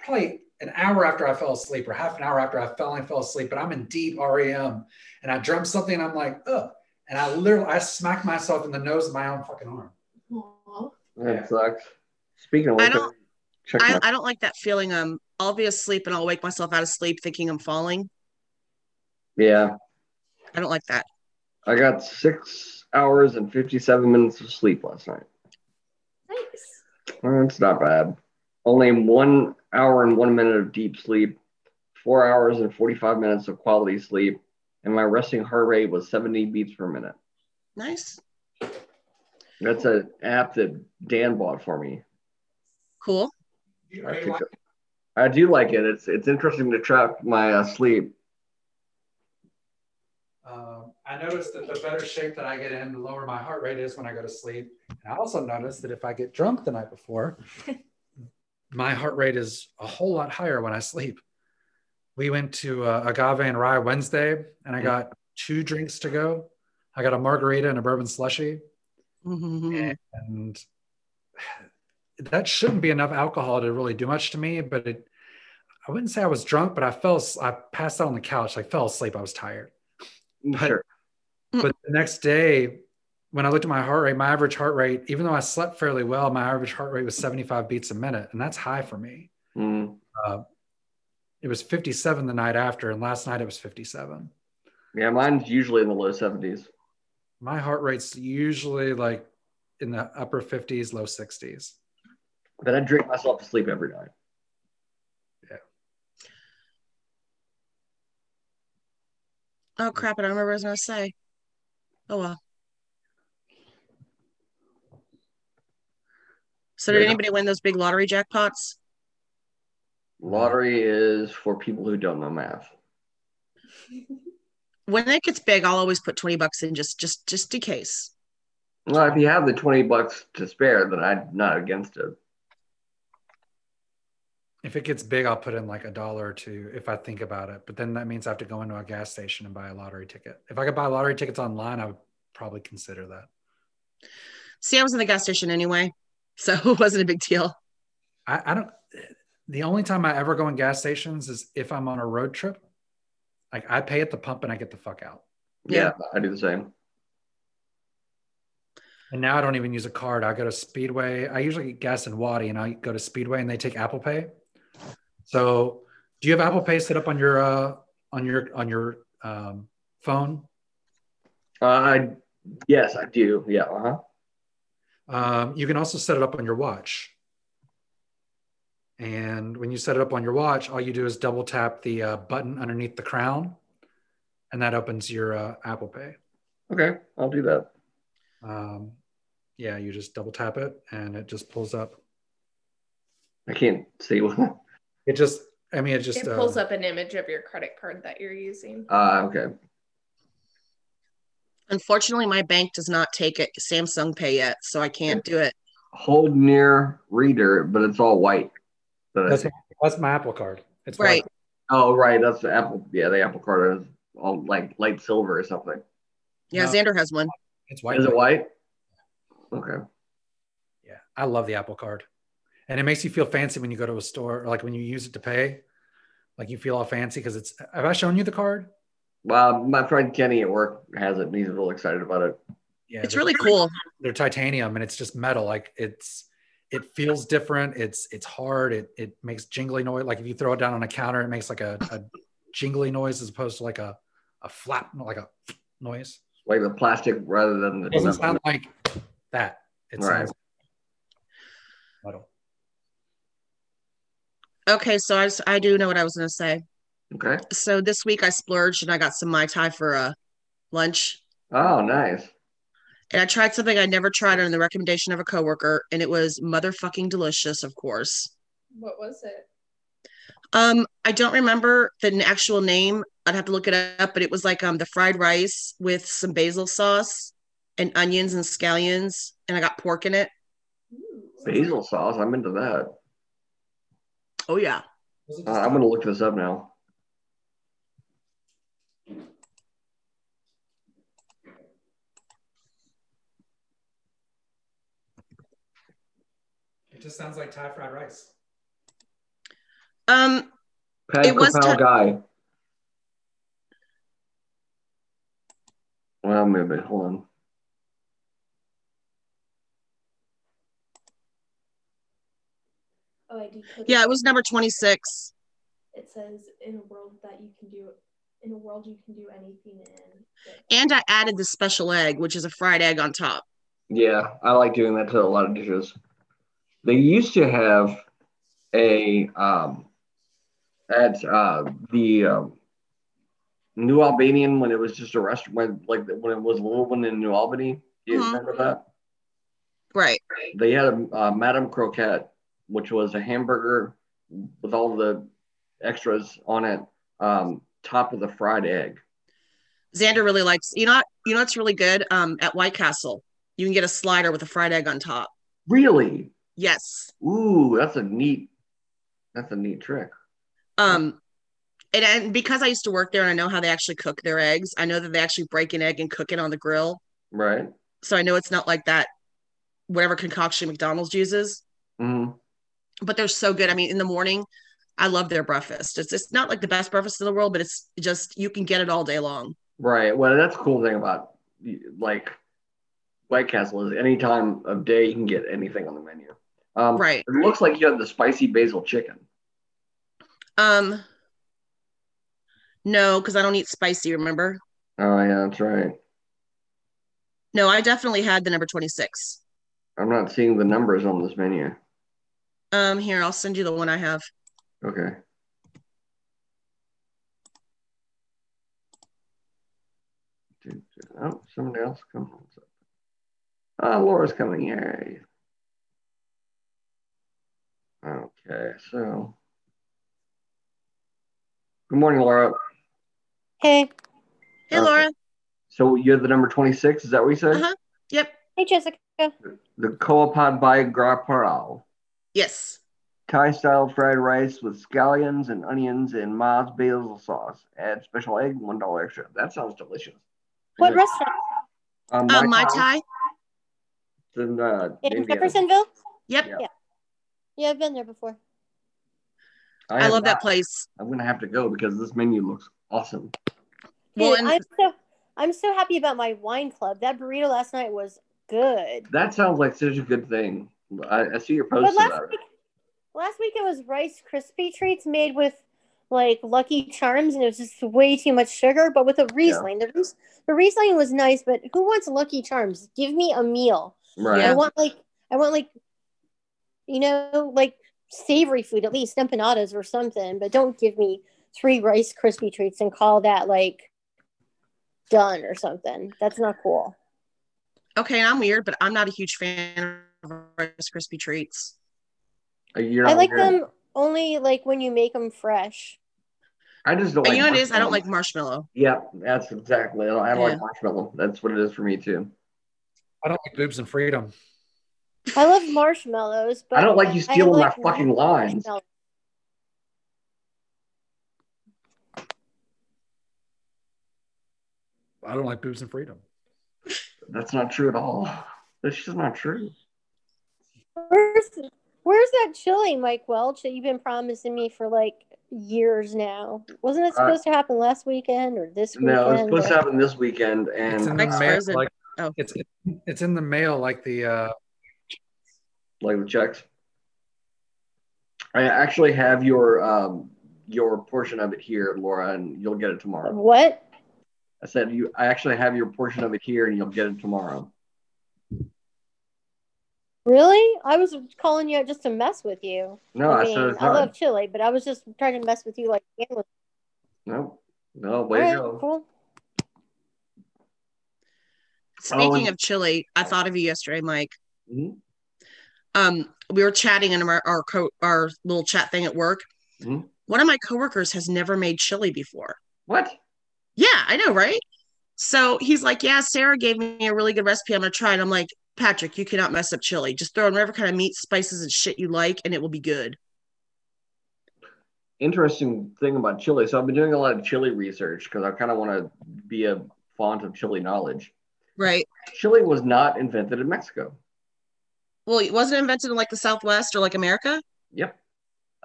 probably an hour after I fell asleep, or half an hour after I finally fell asleep, but I'm in deep REM, and I dreamt something, and I'm like, ugh. And I literally, I smacked myself in the nose of my own fucking arm.
Aw.
That
Yeah.
sucks. Speaking of
I
which,
don't-
check
I,
my-
I don't like that feeling. Um, I'll be asleep and I'll wake myself out of sleep thinking I'm falling.
yeah,
I don't like that.
I got six hours and 57 minutes of sleep last night.
Nice.
That's not bad. Only one hour and one minute of deep sleep, four hours and 45 minutes of quality sleep, and my resting heart rate was 70 beats per minute.
Nice,
That's an app that Dan bought for me.
cool.
You-
I,
you
think-
like-
I do like it. It's it's interesting to track my uh, sleep.
Um, I noticed that the better shape that I get in, the lower my heart rate is when I go to sleep. And I also noticed that if I get drunk the night before, my heart rate is a whole lot higher when I sleep. We went to uh, Agave and Rye Wednesday, and I got two drinks to go. I got a margarita and a bourbon slushy,
Mhm.
and that shouldn't be enough alcohol to really do much to me. But it, I wouldn't say I was drunk, but I fell, as- I passed out on the couch. I fell asleep. I was tired.
Sure.
But the next day, when I looked at my heart rate, my average heart rate, even though I slept fairly well, my average heart rate was 75 beats a minute, and that's high for me.
Mm,
It was 57 the night after, and last night it was 57.
yeah, mine's usually in the low 70s.
My heart rate's usually like in the upper 50s, low 60s.
But I drink myself to sleep every night.
Oh crap! I don't remember what I was gonna say. Oh well. So did
Yeah.
anybody win those big lottery jackpots?
Lottery is for people who don't know math.
When it gets big, I'll always put twenty bucks in just just just in case.
Well, if you have the 20 bucks to spare, then I'm not against it.
If it gets big, I'll put in like a dollar or two if I think about it. But then that means I have to go into a gas station and buy a lottery ticket. If I could buy lottery tickets online, I would probably consider that.
See, I was in the gas station anyway, so it wasn't a big deal.
I, I don't. The only time I ever go in gas stations is if I'm on a road trip. Like I pay at the pump and I get the fuck out.
Yeah, I do the same.
And now I don't even use a card. I go to Speedway. I usually get gas in Wadi, and I go to Speedway and they take Apple Pay. So, do you have Apple Pay set up on your uh, on your on your um, phone?
Uh, I, yes, I do. Yeah. Uh-huh.
Um, you can also set it up on your watch. And when you set it up on your watch, all you do is double tap the uh, button underneath the crown, and that opens your uh, Apple Pay.
Okay, I'll do that.
um, yeah, you just double tap it and it just pulls up.
I can't see one.
It just, I mean, it just
It pulls
um,
uh,
up an image of your credit card that you're using.
Uh, okay.
Unfortunately, my bank does not take it Samsung Pay yet, so I can't do it.
Hold near reader, but it's all white. But
That's, that's my Apple Card. It's
Right.
white.
oh, right. That's the Apple. Yeah, the Apple card is all like light silver or something.
Yeah,
No.
Xander has one.
It's white.
Is it white? Okay.
Yeah, I love the Apple Card, and it makes you feel fancy when you go to a store, or like when you use it to pay. Like you feel all fancy because it's. Have I shown you the card?
Well, my friend Kenny at work has it. and He's real excited about it.
Yeah,
It's
they're-
really cool.
They're titanium and it's just metal. Like it's, it feels different. It's it's hard. It it makes jingly noise. Like if you throw it down on a counter, it makes like a, a jingly noise as opposed to like a a flap like a noise.
Like the plastic rather than the.
It doesn't sound like that. It
Right.
sounds metal.
Okay, so I s- I do know what I was gonna say.
Okay.
So this week I splurged and I got some mai tai for uh, lunch,
Oh, nice.
and I tried something I never tried on the recommendation of a coworker, and it was motherfucking delicious, of course.
What was it?
Um, I don't remember the n- actual name. I'd have to look it up, but it was like um the fried rice with some basil sauce and onions and scallions, and I got pork in it.
Basil sauce. I'm into that.
Oh yeah,
Was it
Uh,
just-
I'm gonna look this up now.
it just sounds like Thai fried rice.
um,
Pad
It was
Kapow
ti-
guy. Well, maybe hold on.
Oh, I did. put
yeah,
it-
it was number twenty six.
It says in a world that you can do, in a world you can do anything in.
And I added the special egg, which is a fried egg on top.
Yeah, I like doing that to a lot of dishes. They used to have a um, at uh, the um, New Albanian when it was just a restaurant, when, like when it was a little one in New Albany. Do you
Mhm.
remember that?
Right.
They had a uh, Madame Croquette, which was a hamburger with all the extras on it, um, top of the fried egg.
Xander really likes. You know, what- you know, it's really good. Um, at White Castle, you can get a slider with a fried egg on top.
Really?
Yes.
Ooh, that's a neat. That's a neat trick.
Um, and, and because I used to work there and I know how they actually cook their eggs, I know that they actually break an egg and cook it on the grill.
Right.
So I know it's not like that, whatever concoction McDonald's uses,
hmm
but they're so good. I mean, in the morning, I love their breakfast. It's, it's not like the best breakfast in the world, but it's just, you can get it all day long.
Right. Well, that's the cool thing about like White Castle is any time of day you can get anything on the menu. Um,
Right.
It looks like you had the spicy basil chicken.
Um, no, because I don't eat spicy, remember?
Oh yeah, that's right.
No, I definitely had the number 26.
I'm not seeing the numbers on this menu.
Um, here, I'll send you the one I have.
Okay. Oh, somebody else coming. Ah, Laura's coming. Yay. Okay, so. Good morning, Laura.
Hey,
Hey,
Okay.
Laura.
So you're the number 26, is that what you said?
Uh-huh. Yep.
hey Jessica.
The Coapod by Graparao.
Yes.
Thai style fried rice with scallions and onions and Ma's basil sauce. Add special egg, $1 extra. That sounds delicious.
What
Is it-
restaurant?
Um,
Uh, Mai
Thai?
Tai.
It's In, uh,
In
Indiana.
Jeffersonville?
Yep.
Yeah.
Yeah, I've been there before.
I,
am
love that
not-
place.
I'm going to have to go because this menu looks awesome.
Well,
Dude,
and-
I'm so I'm so happy about my wine club. That burrito last night was good.
That sounds like such a good thing. I, I see your
But
post
last
about it.
week, last week it was Rice Krispie treats made with like Lucky Charms, and it was just way too much sugar. But with a Riesling, the, Ries- the Riesling was nice. But who wants Lucky Charms? Give me a meal.
Right.
I want like I want like you know like savory food at least empanadas or something. But don't give me three Rice Krispie treats and call that like done or something. That's not cool.
Okay, and I'm weird, but I'm not a huge fan of Rice Krispie treats.
A year
I like
later.
them only like when you make them fresh.
I just don't
But
like
you know what it is? I
marshmallow.
don't like marshmallow.
Yeah, that's exactly. I don't, I don't
Yeah.
like marshmallow. That's what it is for me too.
I don't like boobs and freedom.
I love marshmallows, but
I don't like you
I
stealing
like
my fucking lines.
marshmallows.
I don't like boobs and freedom.
That's not true at all. That's just not true.
Where's where's that chili, Mike Welch, that you've been promising me for like years now? Wasn't it
Uh,
supposed to happen last weekend or this weekend?
No, it's supposed to
or-
happen this weekend, and
It's in the
Like
uh,
mail,
frozen.
like
Oh.
it's it's in the mail, like the uh,
like the checks. I actually have your um, your portion of it here, Laura, and you'll get it tomorrow.
What?
I said you. I actually have your portion of it here, and you'll get it tomorrow.
Really? I was calling you out just to mess with you.
No,
I,
I,
mean,
said it's
I
not.
love chili, but I was just trying to mess with you like Dan was.
no, no, way to
All right,
go.
cool.
Speaking
and-
of chili, I thought of you yesterday, Mike.
Mhm.
Um, we were chatting in our our, co- our little chat thing at work.
Mhm.
One of my coworkers has never made chili before.
What?
Yeah, I know, right? So he's like, Yeah, Sarah gave me a really good recipe. I'm gonna try it. I'm like, Patrick, you cannot mess up chili. Just throw in whatever kind of meat, spices, and shit you like, and it will be good.
Interesting thing about chili. So I've been doing a lot of chili research because I kind of want to be a font of chili knowledge.
Right.
Chili was not invented in Mexico.
Well, it wasn't invented in like the Southwest or like America.
Yep.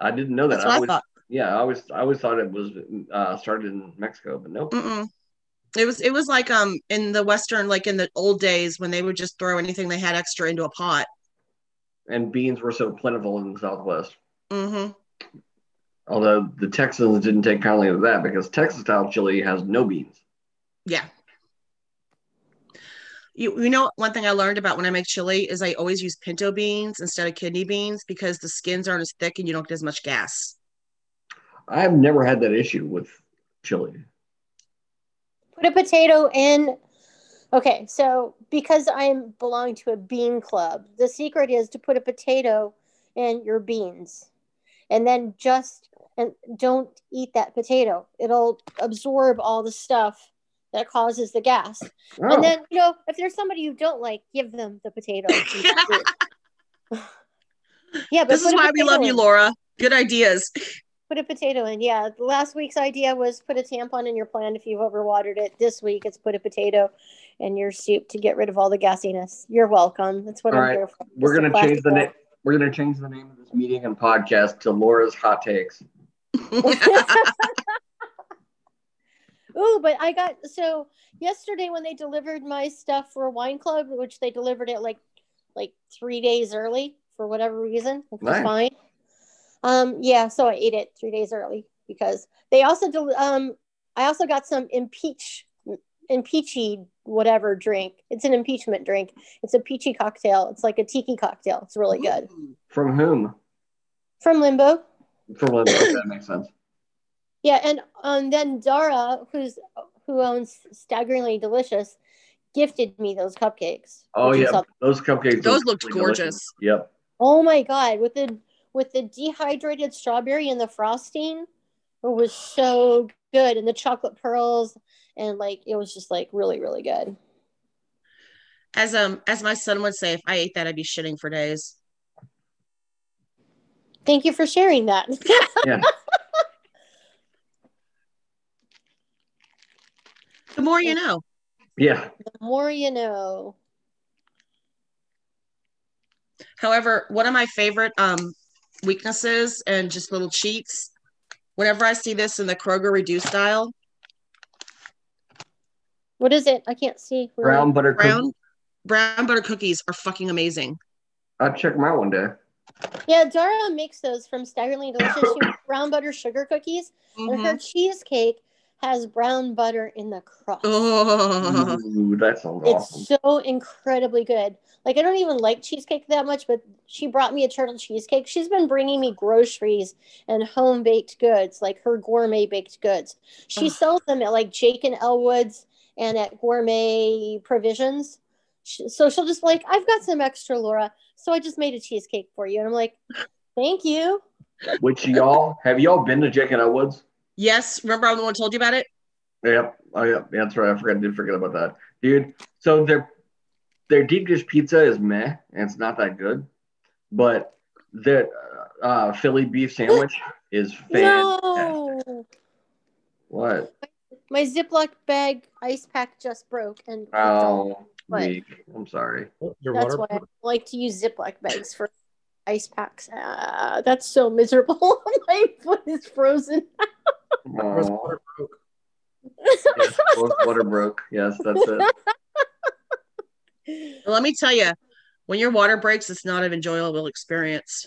I didn't know that.
That's what I,
always,
thought.
Yeah, I always I always thought it was uh, started in Mexico, but nope.
Mm-mm. It was it was like um in the Western, like in the old days when they would just throw anything they had extra into a pot.
And beans were so plentiful in the Southwest.
Mm-hmm.
Although the Texans didn't take kindly to that because Texas style chili has no beans.
Yeah. You, you know one thing I learned about when I make chili is I always use pinto beans instead of kidney beans because the skins aren't as thick and you don't get as much gas.
I've never had that issue with chili.
Put a potato in. Okay, so because I am belong to a bean club, the secret is to put a potato in your beans, and then just and don't eat that potato. It'll absorb all the stuff that causes the gas.
Oh,
And then you know if there's somebody you don't like, give them the potato. yeah, but
this is
put a
why we
potato
love you,
in.
Laura. Good ideas.
Put a potato in. Yeah. Last week's idea was put a tampon in your plant if you've overwatered it. This week it's put a potato in your soup to get rid of all the gassiness. You're welcome. That's what
All
I'm
right.
here for.
we're
Just a
gonna change the name.
plastic
We're gonna change the name of this meeting and podcast to Laura's Hot Takes.
bag. Ooh, but I got so yesterday when they delivered my stuff for a wine club, which they delivered it like like three days early for whatever reason, which
Nice.
is fine. Um, yeah, so I ate it three days early because they also del- um I also got some impeach impeachy whatever drink. It's an impeachment drink. It's a peachy cocktail. It's like a tiki cocktail. It's really
Mm-hmm.
good.
From whom?
From Limbo.
From Linda. if that makes sense.
Yeah, and um, then Dara, who's who owns Staggeringly Delicious, gifted me those cupcakes.
Oh
which is
yeah,
up-
those cupcakes.
Those
look
looked
really delicious.
gorgeous.
Yep.
Oh my god, with the with the dehydrated strawberry and the frosting, it was so good, and the chocolate pearls, and like it was just like really really good.
as um as my son would say, if I ate that, I'd be shitting for days.
Thank you for sharing that.
The more you know.
Yeah.
the more you know.
However, one of my favorite um weaknesses and just little cheats, whenever I see this in the Kroger reduced aisle,
What is it? I can't see. Really.
Brown butter cookies.
brown brown butter cookies are fucking amazing.
I'll check them out one day.
Yeah, Dara makes those from Staggeringly Delicious. She makes brown butter sugar cookies, and
Mm-hmm.
her cheesecake has brown butter in the crust.
Mm-hmm. Oh,
Ooh, that sounds awesome.
It's so incredibly good. Like I don't even like cheesecake that much, but she brought me a turtle cheesecake. She's been bringing me groceries and home baked goods, like her gourmet baked goods. She
Ugh.
sells them at like Jake and Elwood's and at Gourmet Provisions. She, so she'll just be like, I've got some extra, Laura. So I just made a cheesecake for you, and I'm like, thank you.
Which y'all have y'all been to Jake and Elwood's?
yes. Remember I'm the one who told you about it?
Yep. Oh, yep. That's right. I forgot. I did forget about that, dude. So their their deep dish pizza is meh, and it's not that good. But their uh, Philly beef sandwich is fantastic.
No,
What?
my Ziploc bag ice pack just broke, and ripped off.
Oh,
What?
weak. I'm sorry.
Your
That's
water.
why I like to use Ziploc bags for ice packs. Uh, that's so miserable. My foot is frozen.
Laura's
Aw.
water broke.
Yes, Laura's water broke. Yes, that's it.
Let me tell you, when your water breaks, it's not an enjoyable experience.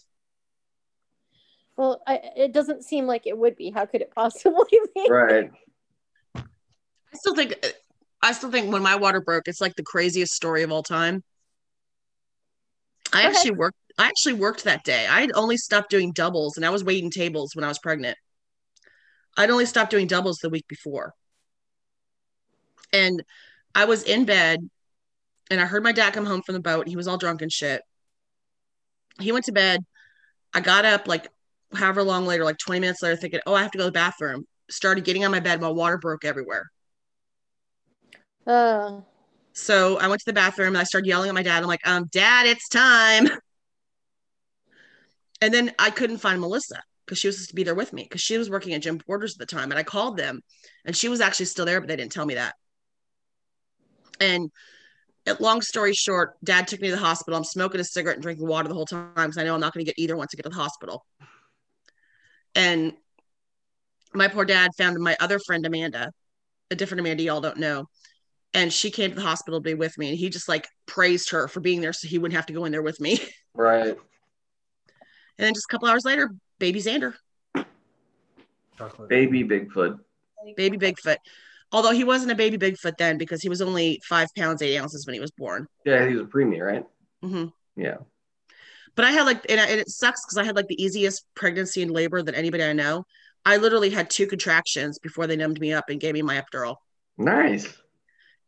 Well, I, it doesn't seem like it would be. How could it possibly be?
Right.
I still think I still think when my water broke, it's like the craziest story of all time. I
Okay.
actually worked I actually worked that day. I had only stopped doing doubles and I was waiting tables when I was pregnant. I'd only stopped doing doubles the week before. And I was in bed and I heard my dad come home from the boat. He was all drunk and shit. He went to bed. I got up like however long later, like 20 minutes later, thinking, oh, I have to go to the bathroom. Started getting on my bed. My water broke everywhere.
Uh,
So I went to the bathroom and I started yelling at my dad. I'm like, um, Dad, it's time. And then I couldn't find Melissa because she was supposed to be there with me because she was working at Jim Porter's at the time. And I called them and she was actually still there, but they didn't tell me that. And it, long story short, dad took me to the hospital. I'm smoking a cigarette and drinking water the whole time because I know I'm not going to get either once I get to the hospital. And my poor dad found my other friend, Amanda, a different Amanda y'all don't know and she came to the hospital to be with me and he just like praised her for being there so he wouldn't have to go in there with me and
Right.
then just a couple hours later baby xander
Chocolate.
Baby Bigfoot.
baby bigfoot although he wasn't a baby bigfoot then because he was only five pounds eight ounces when he was born
Yeah, he was a preemie, right?
Mhm.
Yeah.
but i had like and, I, and it sucks because i had like the easiest pregnancy and labor that anybody i know i literally had two contractions before they numbed me up and gave me my epidural
Nice.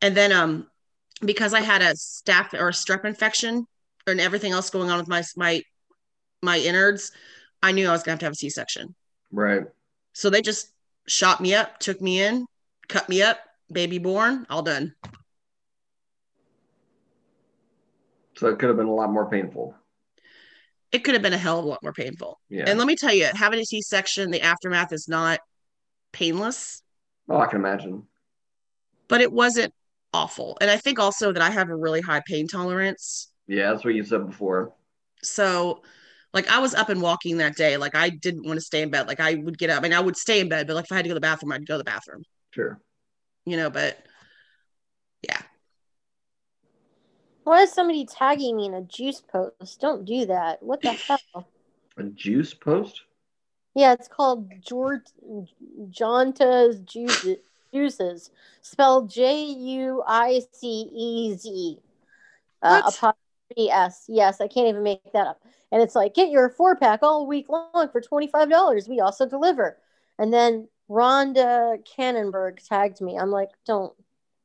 and then um because i had a staph or a strep infection and everything else going on with my my my innards i knew i was going to have to have a c-section
Right.
so they just shot me up took me in cut me up baby born all done
So it could have been a lot more painful.
it could have been a hell of a lot more painful
Yeah.
and let me tell you having a c-section the aftermath is not painless
oh, I can imagine.
but it wasn't awful and i think also that i have a really high pain tolerance
Yeah, that's what you said before.
So like I was up and walking that day. Like I didn't want to stay in bed. Like I would get up and I would stay in bed, but like if I had to go to the bathroom, I'd go to the bathroom,
Sure.
you know, but
why is somebody tagging me in a juice post? Don't do that. What the hell?
A juice post?
Yeah, it's called George Jonta's Juices. Juices spelled J U I C E Z. Uh,
What?
apostrophe S. Yes, I can't even make that up. And it's like, get your four pack all week long for $25. We also deliver. And then Rhonda Cannonberg tagged me. I'm like, don't,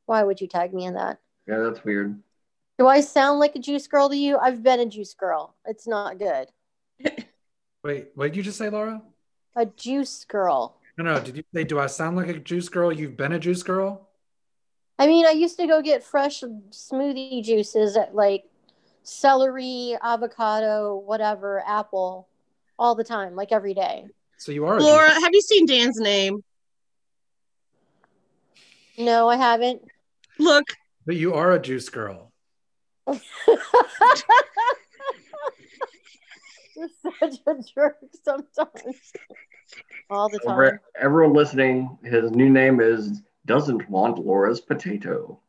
why would you tag me in that?
Yeah, that's weird.
Do I sound like a juice girl to you? I've been a juice girl. It's not good.
Wait, what did you just say, Laura?
A juice girl.
No, no. Did you say, do I sound like a juice girl? You've been a juice girl?
I mean, I used to go get fresh smoothie juices at like celery, avocado, whatever, apple, all the time, like every day.
So you are a
Laura,
juice
have you seen Dan's name?
No, I haven't.
Look,
But you are a juice girl.
You're such a jerk sometimes. All the time.
For everyone listening, his new name is Doesn't Want Laura's Potato.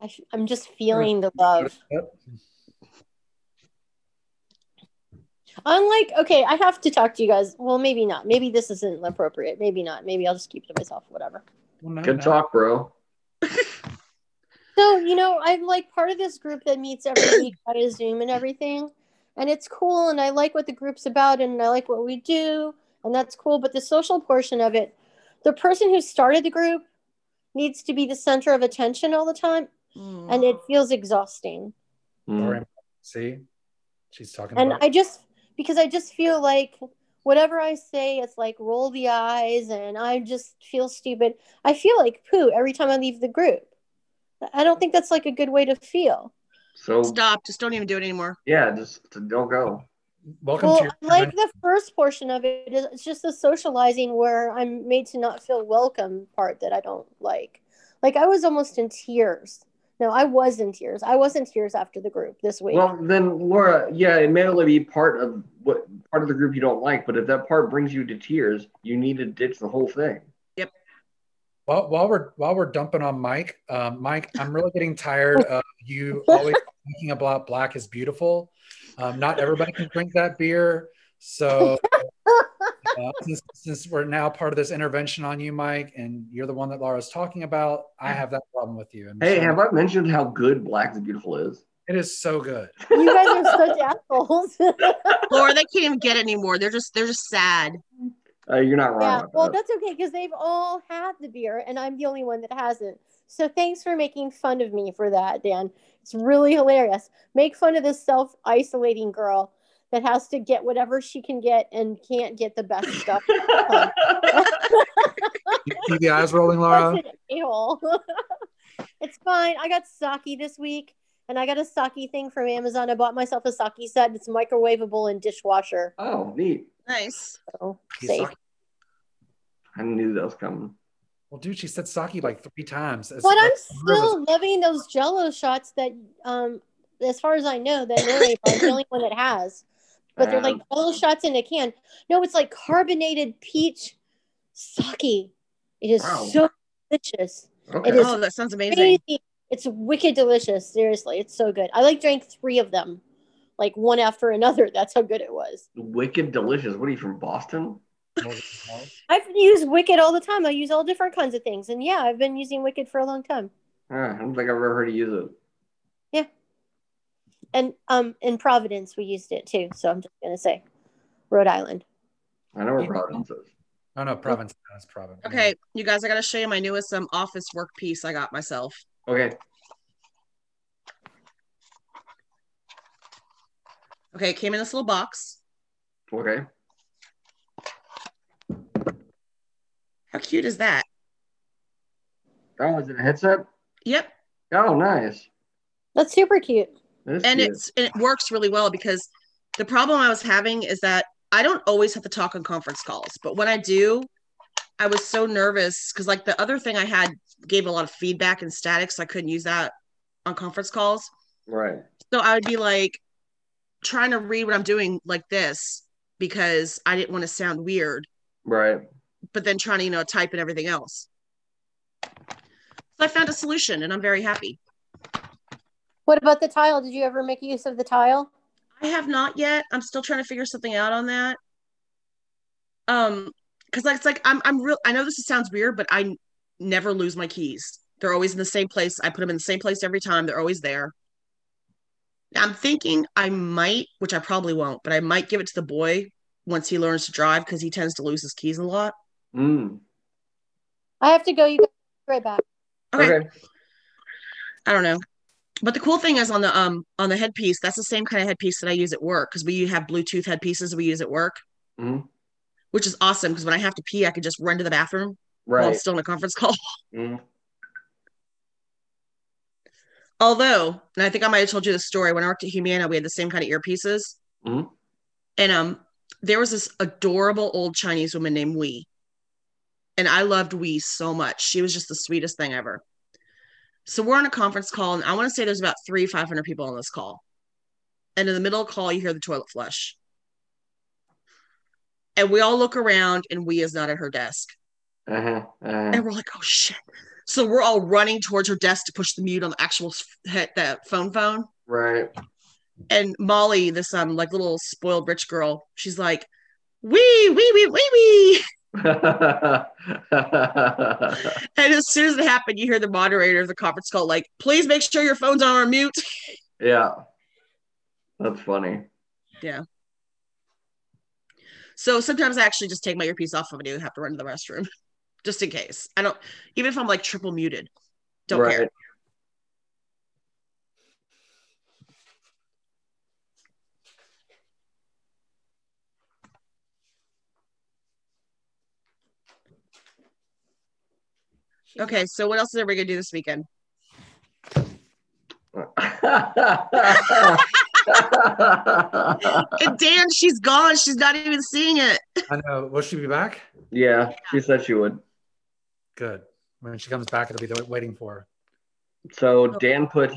I sh- I'm just feeling the love. I'm like, okay, I have to talk to you guys. Well, maybe not. Maybe this isn't appropriate. Maybe not. Maybe I'll just keep it to myself, whatever.
Well, no,
Good
no.
talk, bro.
So, you know, I'm like part of this group that meets every week via Zoom and everything. And it's cool. And I like what the group's about and I like what we do. And that's cool. But the social portion of it, the person who started the group needs to be the center of attention all the time. And it feels exhausting.
Mm.
Laura, See, she's talking
And
about.
I just, because I just feel like whatever I say, it's like roll the eyes and I just feel stupid. I feel like poo every time I leave the group. I don't think that's like a good way to feel.
So,
Oh. Stop. Just don't even do it anymore.
yeah, just don't go.
Welcome
Well,
to your.
like the first portion of it is it's just the socializing where I'm made to not feel welcome part that I don't like. Like I was almost in tears. No, I was in tears. I was in tears after the group this week.
Well, then, Laura, yeah, it may only be part of what part of the group you don't like, but if that part brings you to tears, you need to ditch the whole thing.
While, while we're while we're dumping on Mike, um, Mike, I'm really getting tired of you always talking about black is beautiful. Um, not everybody can drink that beer, so uh, since, since we're now part of this intervention on you, Mike, and you're the one that Laura's talking about, I have that problem with you. And
Hey,
so-
have I mentioned how good Black the Beautiful is?
it is so good.
you guys are such assholes.
Laura, they can't even get it anymore. They're just they're just sad.
Uh, you're not wrong.
yeah.
Oh,
about
Well,
that.
that's okay because they've all had the beer and I'm the only one that hasn't. So thanks for making fun of me for that, Dan. It's really hilarious. Make fun of this self-isolating girl that has to get whatever she can get and can't get the best stuff.
You see the eyes rolling, Laura?
Such an a-hole. it's fine. I got sake this week, and I got a sake thing from Amazon. I bought myself a sake set. It's microwavable and dishwasher.
Oh, neat.
Nice.
So
He
safe.
sucked-
I knew that was coming.
Well, dude, she said sake like three times. It's
But I'm
like-
still loving those Jello shots. That, um, as far as I know, that Lily is the only one that has. But they're like
Um,
Jello shots in a can. No, it's like carbonated peach sake. It is
Wow.
so delicious.
Okay.
It is
Oh, that sounds amazing.
crazy. It's wicked delicious. Seriously, it's so good. I like drank three of them, like one after another. That's how good it was.
Wicked delicious. What are you from Boston?
I've used Wicked all the time. I use all different kinds of things, and yeah, I've been using Wicked for a long time.
Uh, I don't think I've ever heard of you.
And um, in Providence, we used it too. So I'm just gonna say, Rhode Island.
I know where Providence is.
Oh no, province. That's province.
Okay, you guys, I gotta show you my newest um office work piece I got myself.
Okay.
Okay, it came in this little box.
Okay.
How cute is that?
Oh, is it a headset?
Yep.
Oh, nice.
That's super cute.
That is
And
cute.
it's and it works really well because the problem I was having is that I don't always have to talk on conference calls, but when I do, I was so nervous because like the other thing I had gave a lot of feedback and static, so I couldn't use that on conference calls.
right.
So I would be like trying to read what I'm doing like this because I didn't want to sound weird.
Right.
but then trying to you know type and everything else so i found a solution and i'm very happy
What about the tile? Did you ever make use of the tile?
i have not yet i'm still trying to figure something out on that um because like it's like i'm i'm real i know this sounds weird but i n- never lose my keys they're always in the same place i put them in the same place every time they're always there i'm thinking i might which i probably won't but i might give it to the boy once he learns to drive because he tends to lose his keys a lot
Mm.
I have to go. You guys be right back.
okay.
Okay.
I don't know. But the cool thing is on the um on the headpiece, that's the same kind of headpiece that I use at work because we have Bluetooth headpieces we use at work,
Mhm.
which is awesome because when I have to pee, I can just run to the bathroom while I'm
Right.
still in a conference call.
Mm.
Although, and I think I might have told you this story when I worked at Humana, we had the same kind of earpieces,
Mhm.
and um there was this adorable old Chinese woman named Wee, and I loved Wee so much. She was just the sweetest thing ever. So we're on a conference call, and I want to say there's about three, 500 people on this call. And in the middle of the call, you hear the toilet flush. And we all look around, and we is not at her desk.
Uh-huh. Uh-huh.
And we're like, oh shit. So we're all running towards her desk to push the mute on the actual s- he- the phone phone.
Right.
And Molly, this um like little spoiled rich girl, she's like, wee, wee, wee, wee, wee. And as soon as it happened, you hear the moderator of the conference call like, please make sure your phone's on or mute.
yeah. That's funny.
So sometimes I actually just take my earpiece off if I do have to run to the restroom, just in case. I don't, even if I'm like triple muted, don't
right.
care. Okay, so what else is everybody gonna do this weekend?
Uh,
And Dan, she's gone. She's not even seeing it.
I know. Will she be back?
yeah, she said she would.
Good. When she comes back, it'll be the waiting for her.
So
Oh.
Dan put a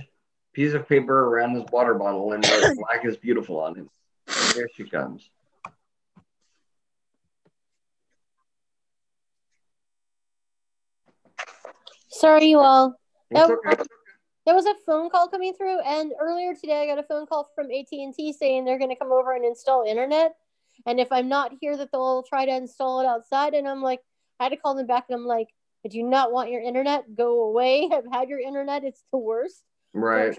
piece of paper around his water bottle and wrote black is beautiful on it. And here she comes.
Sorry, you all.
It's
Nope.
okay.
There was a phone call coming through, and earlier today I got a phone call from AT and T saying they're going to come over and install internet, and if I'm not here, that they'll try to install it outside. And I'm like, I had to call them back, and I'm like, I do not want your internet. Go away. I've had your internet. It's the worst.
Right.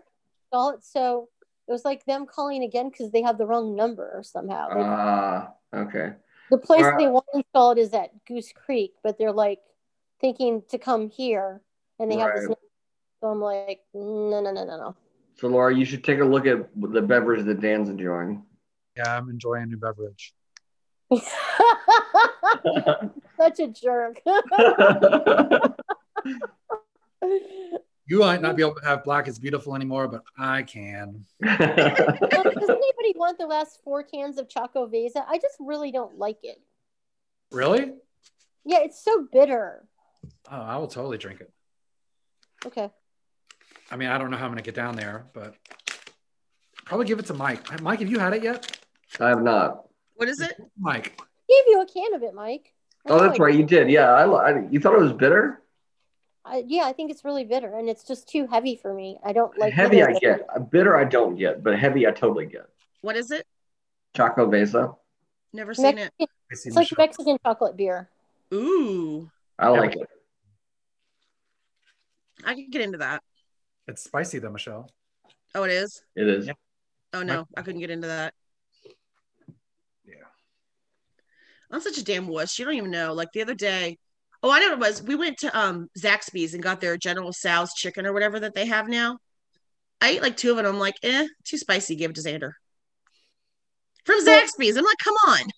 Install it. So it was like them calling again because they have the wrong number somehow. Like,
Ah, okay.
the place
Alright.
they want installed is at Goose Creek, but they're like thinking to come here, and they have this.
Right.
number. So I'm like, no, no, no, no, no.
So Laura, you should take a look at the beverage that Dan's enjoying.
Yeah, I'm enjoying a new beverage.
Such a jerk.
You might not be able to have black is beautiful anymore, but I can.
Um, does anybody want the last four cans of Choco Vesa? I just really don't like it.
Really?
Yeah, it's so bitter.
Oh, I will totally drink it.
Okay.
I mean, I don't know how I'm gonna get down there, but probably give it to Mike. Uh, Mike, have you had it yet?
I have not.
What is it?
Mike.
Gave you a can of it, Mike. I
Oh,
know
that's
I-
right. You did. Yeah. I, I, you thought it was bitter?
I- yeah, I think it's really bitter and it's just too heavy for me. I don't like
heavy,
either
I
of
get. Bitter, I don't get, but heavy, I totally get.
What is it?
Choco Vesa.
Never
them.
seen it.
Mexican,
I see
it's
the
like
show.
Mexican chocolate beer.
Ooh,
I like it.
I could get into that.
It's spicy though, Michelle.
Oh, it is.
It is.
Yeah.
Oh no, I couldn't get into that.
Yeah.
I'm such a damn wuss. You don't even know. Like the other day, oh, I know what it was. We went to um Zaxby's and got their General Sal's chicken or whatever that they have now. I ate like two of it. I'm like, eh, too spicy. Give it to Xander. From
Well-
Zaxby's, I'm like, come on.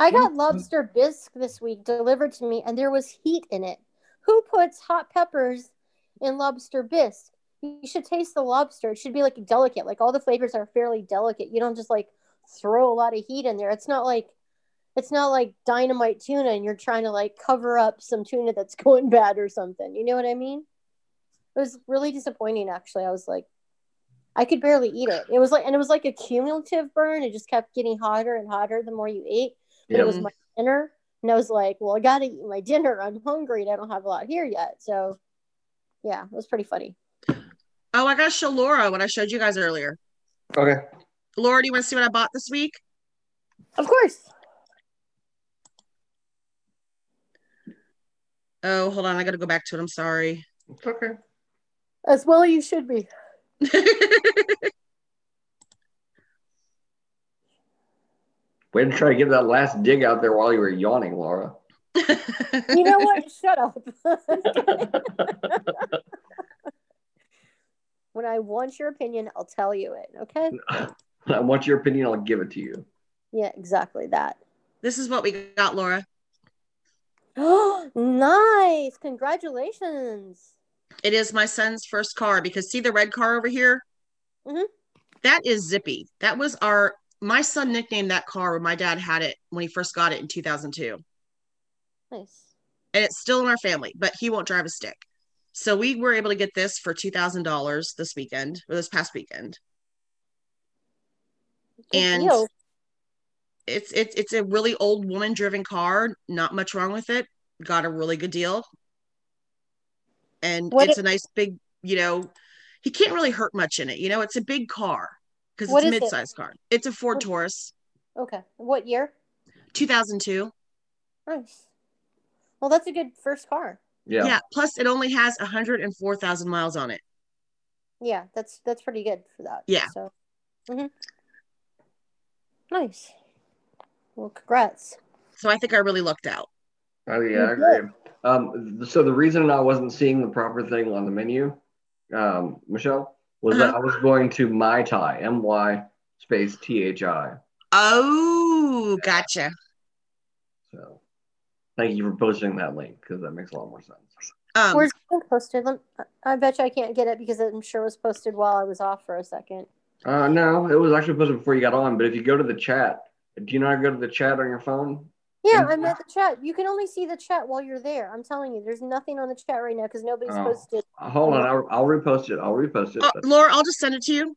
I got
Mm.
lobster bisque this week delivered to me and there was heat in it. Who puts hot peppers in lobster bisque? You should taste the lobster. It should be like delicate. Like all the flavors are fairly delicate. You don't just like throw a lot of heat in there. It's not like it's not like dynamite tuna and you're trying to like cover up some tuna that's going bad or something. You know what I mean? It was really disappointing actually. I was like I could barely eat it. It was like and it was like a cumulative burn. It just kept getting hotter and hotter the more you ate. But
Yep.
it was my dinner. And I was like, well, I got to eat my dinner. I'm hungry and I don't have a lot here yet. So, yeah, it was pretty funny.
Oh, I got to show Laura what I showed you guys earlier.
Okay.
Laura, do you want to see what I bought this week?
Of course.
Oh, hold on. I got to go back to it. I'm sorry.
It's okay.
As well, you should be.
Way to try to give that last dig out there while you were yawning, Laura.
You know what? Shut up. when I want your opinion, I'll tell you it. Okay.
I want your opinion. I'll give it to you.
Yeah, exactly that.
this is what we got, Laura.
nice. Congratulations.
It is my son's first car because see the red car over here?
Mhm.
That is Zippy. That was our, my son nicknamed that car when my dad had it when he first got it in 2002.
Nice.
And it's still in our family, but he won't drive a stick. So we were able to get this for $2,000 this weekend or this past weekend.
Good
And-
deal.
it's it's it's a really old woman driven car not much wrong with it got a really good deal and
What
it's
it-
a nice big you know he can't really hurt much in it you know it's a big car because
What
it's a
is it?
mid-sized car it's a ford
What-
taurus
Okay. What year?
2002
Nice. Well, that's a good first car.
Yeah.
yeah plus it only has 104000 miles on it
Yeah, that's that's pretty good for that.
Yeah.
So, hmm nice. Well, congrats.
so i think i really lucked out
Oh, yeah, I agree. Um, th- so the reason I wasn't seeing the proper thing on the menu, um, Michelle, was that I was going to my Thai, M Y space T H I.
oh gotcha
So thank you for posting that link because that makes a lot more sense.
um
Where's it been posted? Lem- I- I bet you I can't get it because I'm sure it was posted while I was off for a second.
Uh, no, it was actually posted before you got on. But if you go to the chat, do you know how to go to the chat on your phone?
Mm, Yeah,
Mhm.
I'm at the chat. You can only see the chat while you're there. I'm telling you, there's nothing on the chat right now because nobody's
Oh.
posted.
Uh, hold on, I'll, I'll repost it. I'll repost it.
oh,
but-
laura i'll just send it to you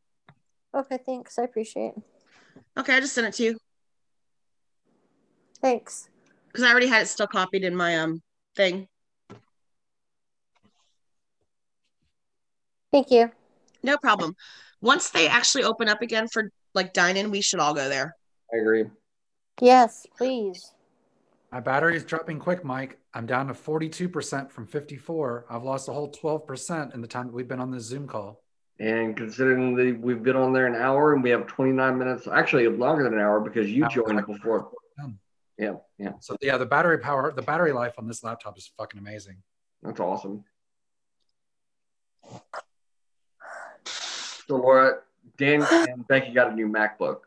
Okay, thanks. I appreciate it.
okay i just sent it to you
Thanks.
because i already had it still copied in my um thing
Thank you.
No problem. Once they actually open up again for like dining, we should all go there.
I agree.
Yes, please.
My battery is dropping quick, Mike. I'm down to 42% from 54. I've lost a whole 12% in the time that we've been on this Zoom call.
And considering that we've been on there an hour and we have 29 minutes, actually longer than an hour because you
Hour.
joined before. Yeah, yeah,
So yeah, the battery power, the battery life on this laptop is fucking amazing.
that's awesome. So Laura, Dan and Becky got a new MacBook.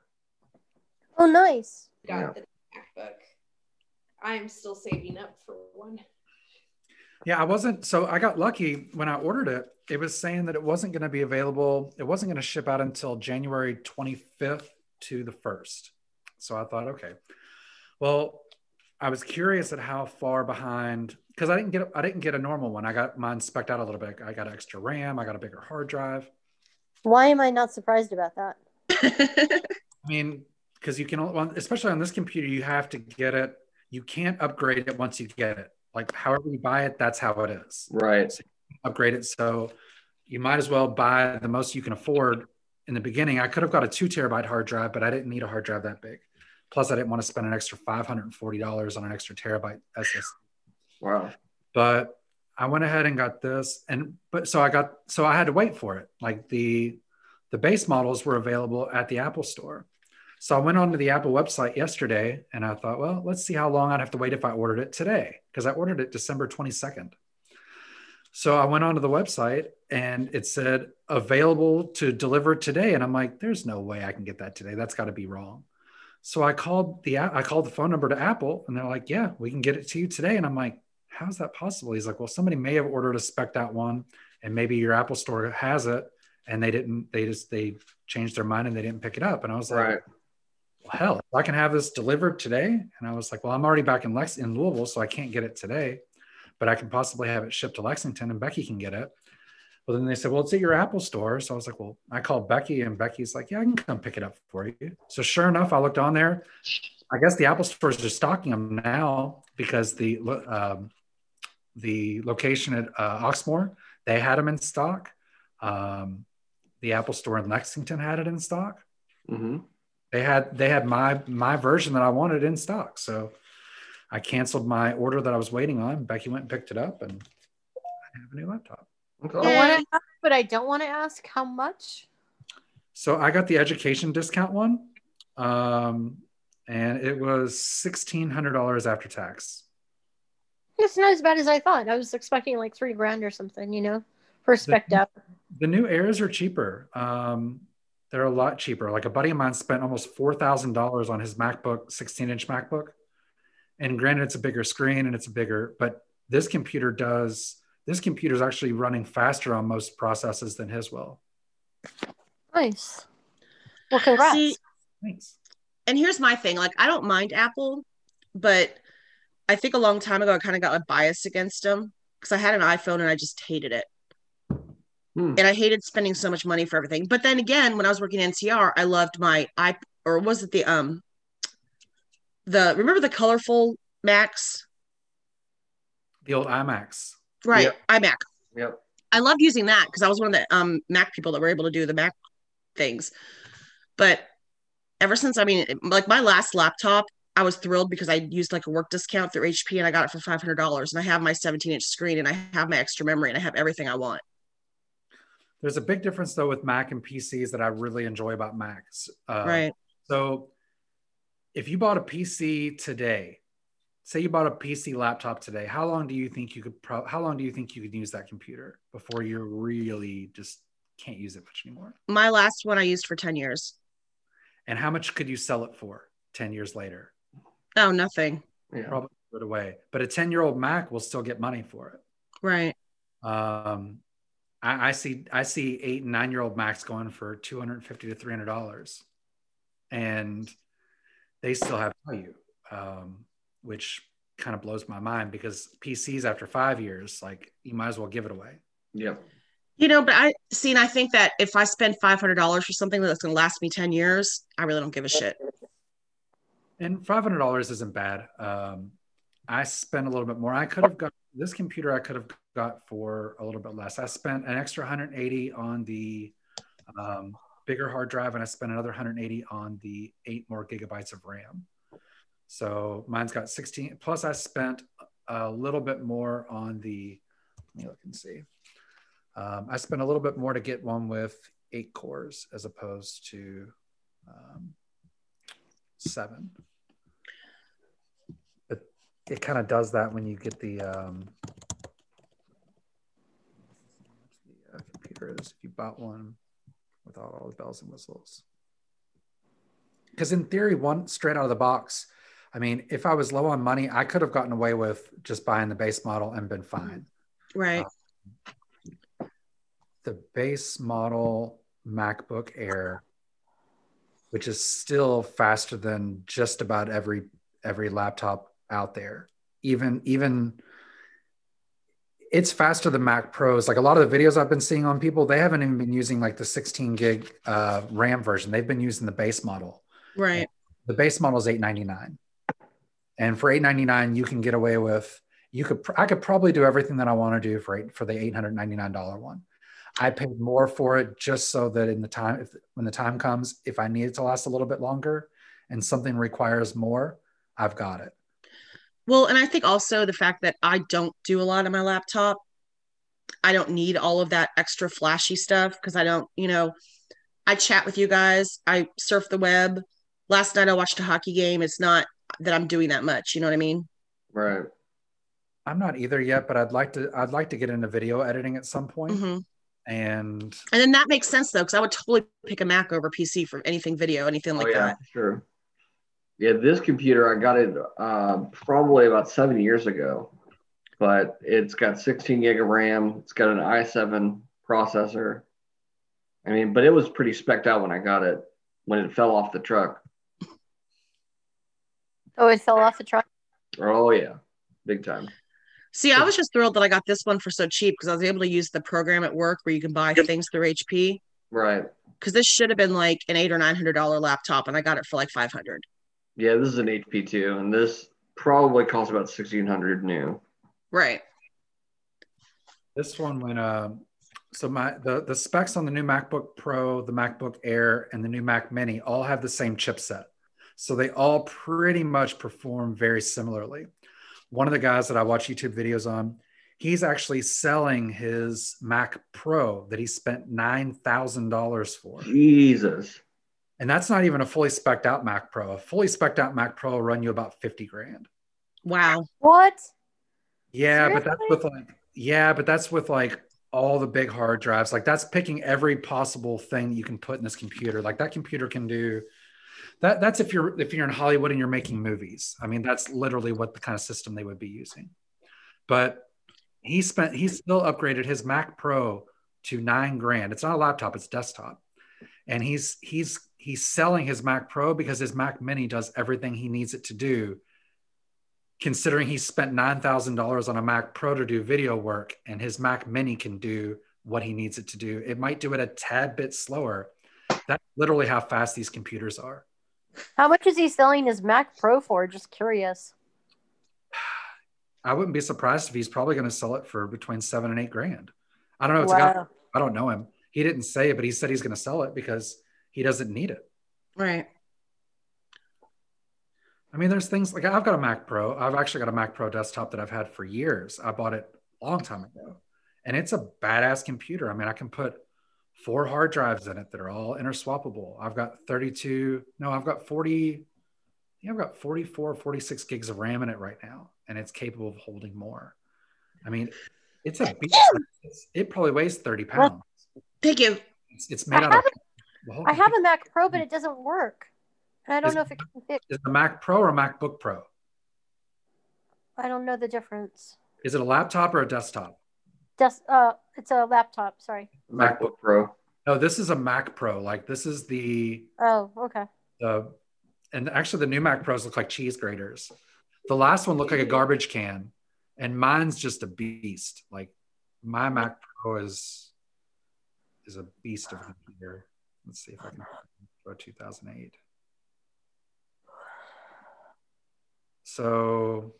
Oh, nice.
Yeah.
Got the MacBook. I'm still saving up for one.
Yeah, I wasn't. So I got lucky when I ordered it. It was saying that it wasn't going to be available. It wasn't going to ship out until January 25th to the 1st. So I thought, okay. Well, I was curious at how far behind because I didn't get I didn't get a normal one. I got mine specked out a little bit. I got extra RAM. I got a bigger hard drive.
Why am I not surprised about that?
I mean, because you can, only- on- especially on this computer, you have to get it. You can't upgrade it once you get it. Like however you buy it, that's how it is.
Right.
upgrade it. So you might as well buy the most you can afford in the beginning. I could have got a two terabyte hard drive, but I didn't need a hard drive that big. Plus, I didn't want to spend an extra $540 on an extra terabyte SSD.
Wow.
But I went ahead and got this. And but so I got so I had to wait for it. Like the the base models were available at the Apple store. So I went onto the Apple website yesterday and I thought, well, let's see how long I'd have to wait if I ordered it today. Because I ordered it December 22nd. So I went onto the website and it said available to deliver today. And I'm like, there's no way I can get that today. That's got to be wrong. So I called the I called the phone number to Apple and they're like, yeah, we can get it to you today. And I'm like, how's that possible? He's like, well, somebody may have ordered a spec out one and maybe your Apple store has it and they didn't, they just they changed their mind and they didn't pick it up. And I was like,
Right.
well, hell, if I can have this delivered today. And I was like, well, I'm already back in Lex in Louisville, so I can't get it today, but I can possibly have it shipped to Lexington and Becky can get it. Well, then they said, well, it's at your Apple store. So I was like, well, I called Becky and Becky's like, yeah, I can come pick it up for you. So sure enough, I looked on there. I guess the Apple stores are stocking them now because the lo- um, the location at uh, Oxmoor they had them in stock. Um, the Apple store in Lexington had it in stock
hmm
they had they had my my version that I wanted in stock. So I canceled my order that I was waiting on. Becky went and picked it up, and I have a new laptop.
I
Okay.
want to ask, but I don't want to ask how much.
So I got the education discount one, um, and it was sixteen hundred dollars after tax.
It's not as bad as I thought. I was expecting like three grand or something, you know, for spec
The-
up.
The new Airs are cheaper. Um, they're a lot cheaper. Like a buddy of mine spent almost four thousand dollars on his MacBook, sixteen inch MacBook. And granted, it's a bigger screen and it's a bigger, but this computer does. This computer is actually running faster on most processes than his will.
Nice. Well, congrats.
See,
Thanks.
and here's my thing like i don't mind apple but i think a long time ago i kind of got a bias against them because i had an iphone and i just hated it
Hmm.
and i hated spending so much money for everything but then again when i was working at ncr i loved my i or was it the um the remember the colorful max
The old iMacs.
right imac
Yep.
I loved using that because I was one of the um, Mac people that were able to do the Mac things. But ever since, I mean, it- like my last laptop, I was thrilled because I used like a work discount through HP and I got it for five hundred dollars. And I have my seventeen inch screen and I have my extra memory and I have everything I want.
There's a big difference though with Mac and PCs that I really enjoy about Macs. Uh,
right?
So if you bought a PC today, say you bought a PC laptop today, how long do you think you could pro- how long do you think you could use that computer before you really just can't use it much anymore?
My last one I used for ten years.
And how much could you sell it for 10 years later?
Oh, nothing.
Yeah.
Probably throw it away. But a 10-year-old Mac will still get money for it.
Right.
Um, I, I see I see eight and nine year old Macs going for two hundred and fifty to three hundred dollars, and they still have value, um, which kind of blows my mind because PCs after five years, like you might as well give it away.
Yep.
You know, but I see, and I think that if I spend five hundred dollars for something that's going to last me ten years, I really don't give a shit.
And five hundred dollars isn't bad. Um, I spent a little bit more. I could have got this computer. I could have got for a little bit less. I spent an extra 180 on the um, bigger hard drive, and I spent another 180 on the eight more gigabytes of RAM. So mine's got 16. Plus, I spent a little bit more on the. Let me look and see. Um, I spent a little bit more to get one with eight cores as opposed to um, seven. It, it kind of does that when you get the um, the uh, computer is if you bought one without all the bells and whistles. because in theory, one straight out of the box, I mean, if I was low on money, I could have gotten away with just buying the base model and been fine.
Right.
The base model MacBook Air, which is still faster than just about every every laptop out there, even even it's faster than Mac Pros. Like a lot of the videos I've been seeing on people, they haven't even been using like the 16 gig uh, RAM version. They've been using the base model.
right.
The base model is 899, and for 899, you can get away with you could pr- I could probably do everything that I want to do for eight, for the 899 dollar one. I paid more for it just so that in the time if when the time comes, if I need it to last a little bit longer, and something requires more, I've got it.
Well, and I think also the fact that I don't do a lot on my laptop, I don't need all of that extra flashy stuff because I don't, you know, I chat with you guys, I surf the web. Last night I watched a hockey game. It's not that I'm doing that much. You know what I mean?
Right.
I'm not either yet, but I'd like to. I'd like to get into video editing at some point,
Mm-hmm.
hmm
and
And then that makes sense though, because I would totally pick a Mac over PC for anything video, anything like
oh, yeah,
that.
Sure. Yeah, this computer I got it uh, probably about seven years ago, but it's got 16 gig of RAM. It's got an i7 processor. I mean, but it was pretty specked out when I got it when it fell off the truck.
Oh, it fell off the truck.
Oh yeah, big time.
See, I was just thrilled that I got this one for so cheap because I was able to use the program at work where you can buy things through HP.
Right.
Because this should have been like an eight or nine hundred dollar laptop, and I got it for like five hundred.
Yeah, this is an HP two, and this probably costs about 1600 new.
Right.
This one went. Uh, so my the the specs on the new MacBook Pro, the MacBook Air, and the new Mac Mini all have the same chipset, so they all pretty much perform very similarly. One of the guys that I watch YouTube videos on, he's actually selling his Mac Pro that he spent nine thousand dollars for,
Jesus.
and that's not even a fully specced out Mac Pro. A fully specced out Mac Pro will run you about fifty grand.
Wow.
What?
Yeah, but that's
Seriously?
with like yeah, but that's with like all the big hard drives. Like that's picking every possible thing you can put in this computer. Like that computer can do that that's if you're if you're in Hollywood and you're making movies. I mean, that's literally what the kind of system they would be using. But he spent he still upgraded his Mac Pro to 9 grand. It's not a laptop, it's desktop. And he's he's he's selling his Mac Pro because his Mac Mini does everything he needs it to do considering he spent $9,000 on a Mac Pro to do video work and his Mac Mini can do what he needs it to do. It might do it a tad bit slower. That's literally how fast these computers are.
How much is he selling his Mac Pro for? Just curious.
I wouldn't be surprised if he's probably going to sell it for between seven and eight grand. I don't know. It's a guy,
Wow.
I don't know him. He didn't say it, but he said he's going to sell it because he doesn't need it.
Right.
I mean, there's things like I've got a Mac Pro. I've actually got a Mac Pro desktop that I've had for years. I bought it a long time ago, and it's a badass computer. I mean, I can put four hard drives in it that are all interswappable. I've got 32, no, I've got 40, I think I've got 44, 46 gigs of RAM in it right now, and it's capable of holding more. I mean, it's a beast. It's- It probably weighs 30 pounds.
Thank you.
It's, it's made
I
out of.
have
the whole
I have
computer-
a Mac Pro, but it doesn't work. And I don't
Is-
know if it can fix.
Is it a Mac Pro or a MacBook Pro?
I don't know the difference.
Is it a laptop or a desktop?
Des- uh, it's a laptop. Sorry.
MacBook Pro.
No, this is a Mac Pro. Like this is the
Oh, okay.
the and actually the new Mac Pros look like cheese graters. The last one looked like a garbage can, and mine's just a beast. Like my Mac Pro is is a beast of a computer. Let's see if I can go 2008. So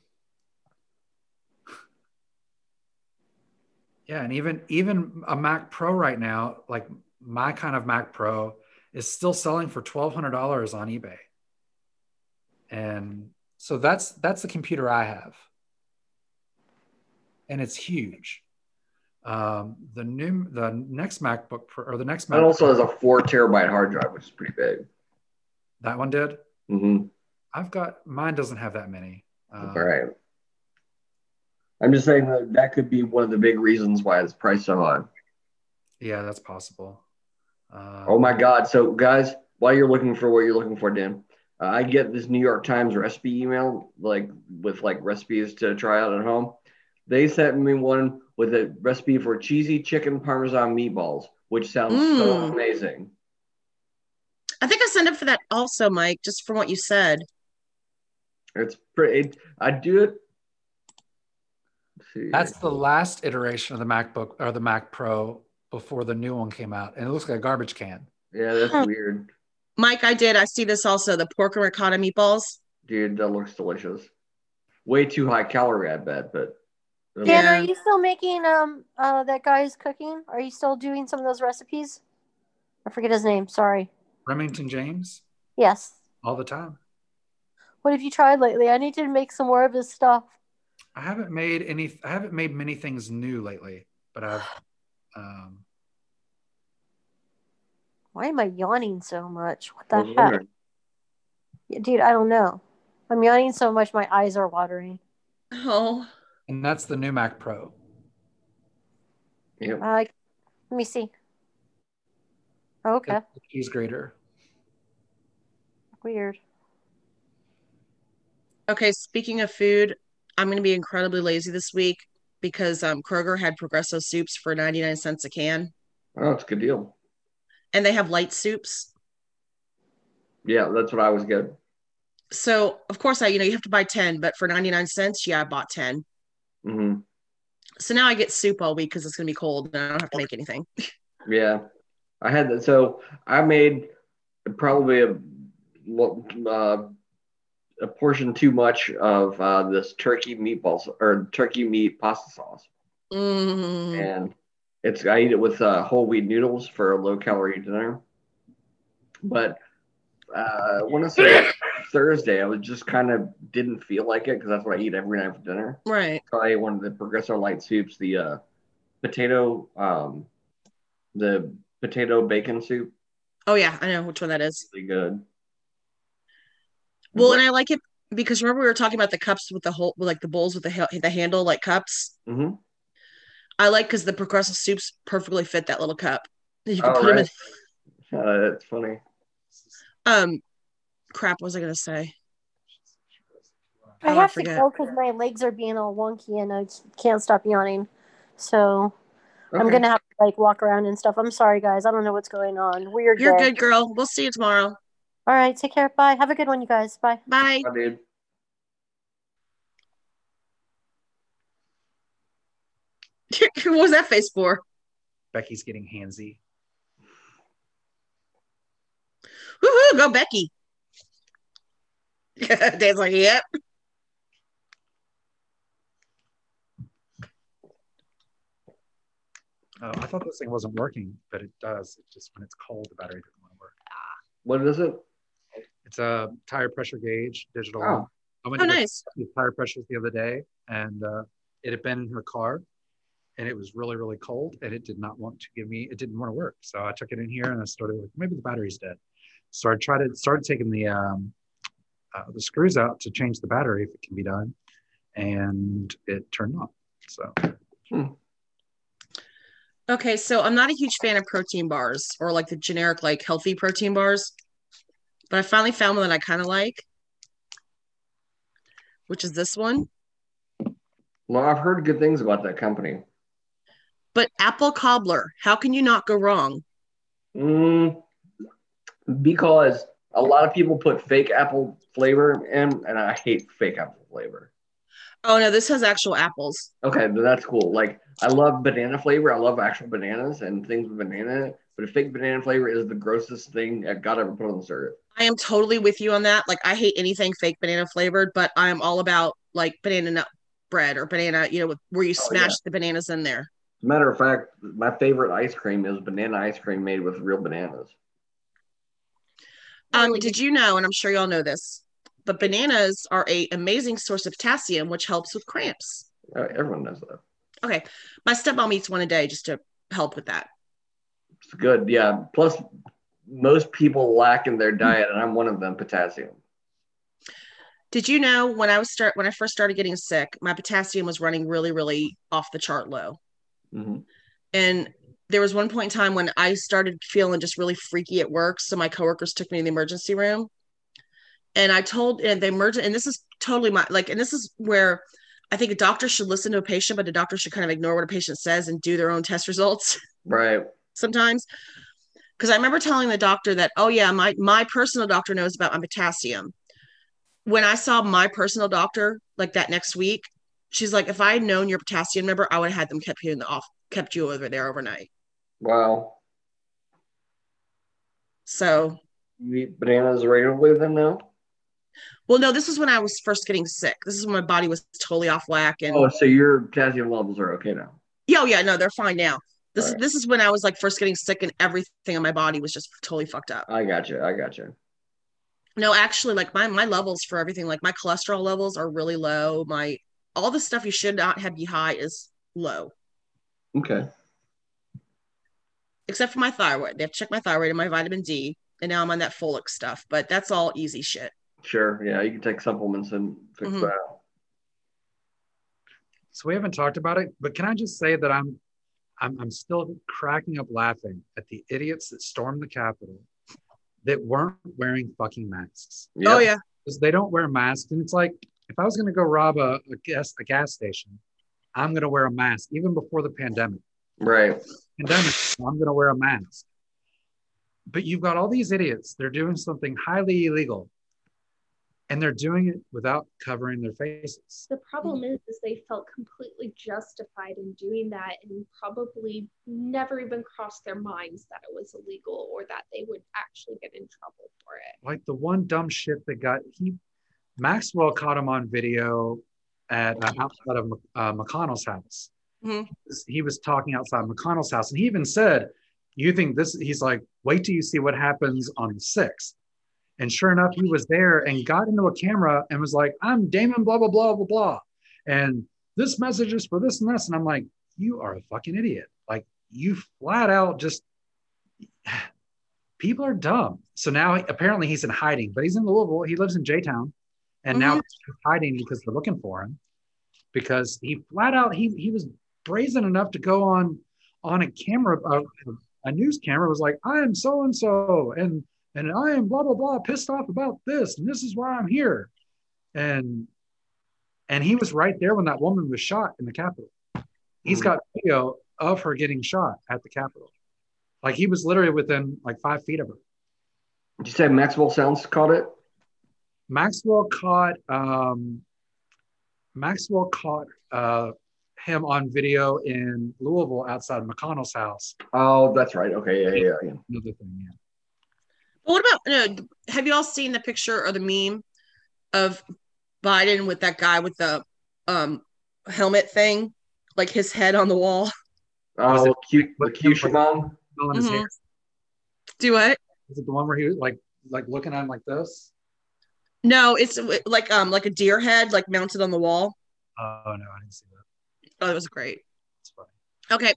yeah, and even even a Mac Pro right now, like my kind of Mac Pro is still selling for twelve hundred dollars on eBay. And so that's that's the computer I have, and it's huge. Um, the new the next MacBook Pro, or the next Mac
That also
Pro-
has a four terabyte hard drive, which is pretty big.
that one did.
Mm-hmm.
I've got mine doesn't have that many. Um,
All right. I'm just saying that that could be one of the big reasons why it's priced so high.
Yeah, that's possible. Uh,
Oh my Oh God. So, guys, while you're looking for what you're looking for, Dan, uh, I get this New York Times recipe email like with like recipes to try out at home. They sent me one with a recipe for cheesy chicken parmesan meatballs, which sounds so
Mm.
amazing.
I think I signed up for that also, Mike, just from what you said.
It's pretty. It, I do it. let's see.
That's the last iteration of the MacBook or the Mac Pro before the new one came out, and it looks like a garbage can.
yeah, that's weird,
Mike, I did. I see this also the pork and ricotta meatballs.
dude. That looks delicious. Way too high calorie, I bet, but
Oh, Yeah.
Dan, are you still making um uh that guy's cooking? Are you still doing some of those recipes? I forget his name. Sorry.
Remington James,
Yes.
all the time.
What have you tried lately? I need to make some more of his stuff.
I haven't made any. I haven't made many things new lately, but I've. Um,
Why am I yawning so much? What
I
the
was
heck?
wondering.
Yeah, Dude, I don't know. I'm yawning so much my eyes are watering.
Oh,
and that's the new Mac Pro.
Yep.
I like let me see. Okay.
It's the cheese grater.
Weird.
okay. Speaking of food, I'm going to be incredibly lazy this week because um, Kroger had Progresso soups for 99 cents a can,
Oh, it's a good deal.
and they have light soups.
Yeah, that's what I was getting.
So, of course, I, you know, you have to buy 10, but for 99 cents, yeah, I bought 10.
hmm
So now I get soup all week because it's going to be cold and I don't have to make anything.
Yeah, I had that. So I made probably a lo- uh, a portion too much of uh, this turkey meatballs or turkey meat pasta sauce,
Mm.
and it's I eat it with uh, whole wheat noodles for a low calorie dinner. But uh, when I say Thursday, I was just kind of didn't feel like it because that's what I eat every night for dinner.
Right.
So I ate one of the Progresso light soups, the uh, potato, um, the potato bacon soup.
Oh, yeah. I know which one that is.
really good.
Well, and I like it because remember we were talking about the cups with the whole, like the bowls with the, ha- the handle, like cups.
Mhm.
I like because the Progresso soups perfectly fit that little cup. You can
Oh,
put them in.
right. Uh, that's funny.
Um, crap, what was I going to say?
I
Oh, I
have to
forget.
go because my legs are being all wonky and I just can't stop yawning. So I'm
Okay.
gonna have to like walk around and stuff. I'm sorry guys. I don't know what's going on. Weird.
You're
day.
good, girl. We'll see you tomorrow.
All right, take care. Bye. Have a good one, you guys. Bye.
Bye.
I did.
what was that face for?
Becky's getting handsy.
Woohoo, go Becky. Dan's like, yep.
Oh, I thought this thing wasn't working, but it does. It just when it's cold, the battery doesn't want to work.
What is it?
It's a tire pressure gauge, digital.
Oh.
one. I went
Oh,
to go
nice.
check the tire pressures the other day, and uh, it had been in her car, and it was really, really cold, and it did not want to give me. It didn't want to work, so I took it in here and I started like maybe the battery's dead. So I tried to started taking the um, uh, the screws out to change the battery if it can be done, and it turned off. So
Okay, so I'm not a huge fan of protein bars or like the generic, like healthy protein bars, but I finally found one that I kind of like, which is this one.
Well, I've heard good things about that company.
But apple cobbler, how can you not go wrong?
Mm, because a lot of people put fake apple flavor in, and I hate fake apple flavor.
Oh no, this has actual apples.
Okay, but that's cool. Like, I love banana flavor. I love actual bananas and things with banana in it. But a fake banana flavor is the grossest thing I've got ever put on the circuit.
I am totally with you on that. Like I hate anything fake banana flavored, but I am all about like banana nut bread or banana, you know, with, where you
Oh,
smash the bananas in there.
Matter of fact, my favorite ice cream is banana ice cream made with real bananas.
Um,
Really
did you know, and I'm sure y'all know this, but bananas are a amazing source of potassium, which helps with cramps.
Uh, Everyone knows that.
Okay, my stepmom eats one a day just to help with that.
It's good. Yeah. Plus, most people lack in their diet, and I'm one of them. Potassium.
Did you know when I was start when I first started getting sick, my potassium was running really, really off the chart low,
Mhm.
and there was one point in time when I started feeling just really freaky at work. So my coworkers took me to the emergency room. And I told and they merged and this is totally my like, and this is where I think a doctor should listen to a patient, but a doctor should kind of ignore what a patient says and do their own test results
Right.
sometimes. Because I remember telling the doctor that, oh yeah, my my personal doctor knows about my potassium. When I saw my personal doctor like that next week, she's like, if I had known your potassium number, I would have had them kept you in the off kept you over there overnight.
Wow.
So
You eat bananas regularly then now?
Well, no, this was when I was first getting sick. This is when my body was totally off whack, and
Oh,
oh,
so your potassium levels are okay now.
yeah, oh, yeah, no, they're fine now. This
Alright.
this is when I was like first getting sick, and everything in my body was just totally fucked up.
I got you. I got you.
No, actually, like my my levels for everything, like my cholesterol levels are really low. My all the stuff you should not have be high is low,
Okay.
except for my thyroid. They have to check my thyroid and my vitamin D, and now I'm on that folic stuff. But that's all easy shit.
Sure. Yeah, you can take supplements and fix
Mhm.
that.
So we haven't talked about it, but can I just say that I'm I'm, I'm still cracking up laughing at the idiots that stormed the Capitol that weren't wearing fucking masks.
Oh
Yep.
yeah,
Because they don't wear masks. And it's like, if I was going to go rob a, a, gas, a gas station, I'm going to wear a mask, even before the pandemic.
Right.
pandemic, I'm going to wear a mask. But you've got all these idiots. They're doing something highly illegal, and they're doing it without covering their faces.
The problem is, is they felt completely justified in doing that and probably never even crossed their minds that it was illegal or that they would actually get in trouble for it.
Like the one dumb shit that got he, Maxwell caught him on video at uh, outside of uh, McConnell's house.
Mhm.
He was talking outside McConnell's house, and he even said, "You think this?" He's like, "Wait till you see what happens on the 6th. And sure enough, he was there and got into a camera and was like, I'm Damon, blah, blah, blah, blah, blah. And this message is for this and this. And I'm like, you are a fucking idiot. Like, you flat out just, people are dumb. So now apparently he's in hiding, but he's in Louisville. He lives in J Town. And now he's hiding because they're looking for him because he flat out, he, he was brazen enough to go on on a camera, a, a news camera was like, I am so and so. And and I am blah blah blah pissed off about this and this is why I'm here and and he was right there when that woman was shot in the Capitol. He's got video of her getting shot at the Capitol. Like he was literally within like five feet of her.
Did you say Maxwell Sounds caught it?
Maxwell caught um, Maxwell caught uh, him on video in Louisville outside McConnell's house.
Oh, that's right. Okay. Yeah, yeah, yeah.
Another thing, yeah.
But what about no? Have you all seen the picture or the meme of Biden with that guy with the um helmet thing, like his head on the wall?
Was
Oh,
it-
cute, the
was it-
cute Shimon.
Still in his
Mhm.
hair.
Do what?
Is it the one where he was like like looking at him like this?
No, it's uh, like um like a deer head, like mounted on the wall.
Oh no, I didn't see that.
Oh, that was great.
It's funny.
Okay,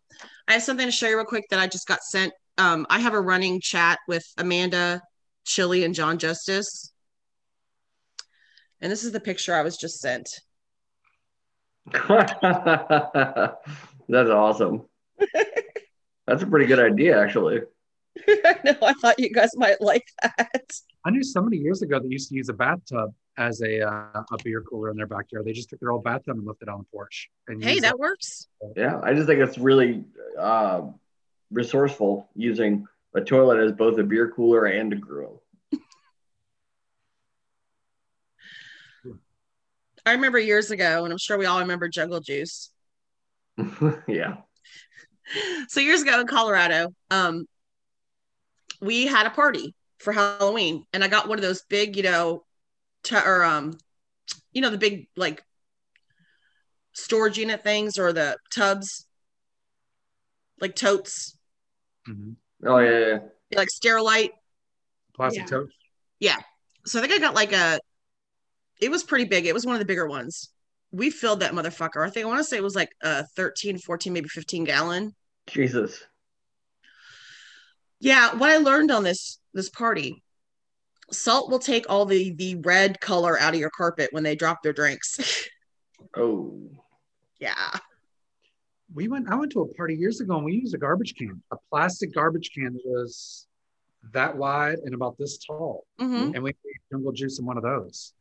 I have something to show you real quick that I just got sent. Um, I have a running chat with Amanda, Chili, and John Justice, and this is the picture I was just sent.
that's awesome. that's a pretty good idea, actually.
I know. I thought you guys might like that.
I knew somebody years ago that used to use a bathtub as a uh, a beer cooler in their backyard. They just took their old bathtub and left it on the porch. And
Hey,
used
that
it.
works.
Yeah, I just think it's really uh, resourceful using a toilet as both a beer cooler and a grill.
I remember years ago, and I'm sure we all remember Jungle Juice.
yeah.
So years ago in Colorado, um, we had a party for Halloween, and I got one of those big, you know, t- or um, you know, the big like storage unit things or the tubs, like totes,
Mhm.
Oh yeah, yeah.
like Sterilite.
plastic
Yeah.
tote.
So I think I got like a. It was pretty big. It was one of the bigger ones. We filled that motherfucker. I think I want to say it was like a 13, 14, maybe 15 gallon.
Jesus.
Yeah, what I learned on this this party, salt will take all the the red color out of your carpet when they drop their drinks.
Oh.
yeah.
we went. I went to a party years ago, and we used a garbage can, a plastic garbage can that was that wide and about this tall,
Mm-hmm.
and we made jungle juice in one of those,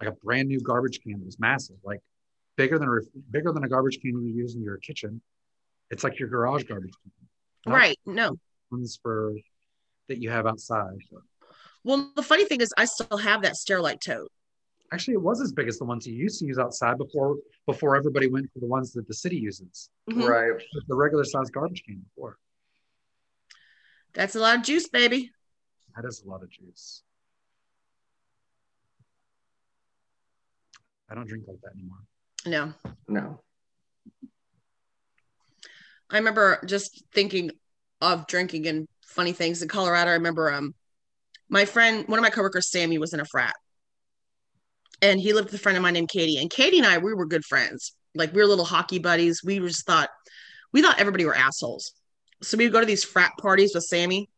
like a brand new garbage can that was massive, like bigger than a ref- bigger than a garbage can you use in your kitchen. It's like your garage garbage can, not
Right. No.
ones for that you have outside.
Well, the funny thing is, I still have that Sterilite tote.
Actually, it was as big as the ones you used to use outside before before everybody went to the ones that the city uses.
Mhm.
Right.
It's The regular sized garbage can before.
That's a lot of juice, baby.
That is a lot of juice. I don't drink like that anymore.
No.
No.
I remember just thinking of drinking and funny things in Colorado. I remember um my friend, one of my coworkers, Sammy, was in a frat. And he lived with a friend of mine named Katie. And Katie and I, we were good friends. Like we were little hockey buddies. We just thought we thought everybody were assholes. So we'd go to these frat parties with Sammy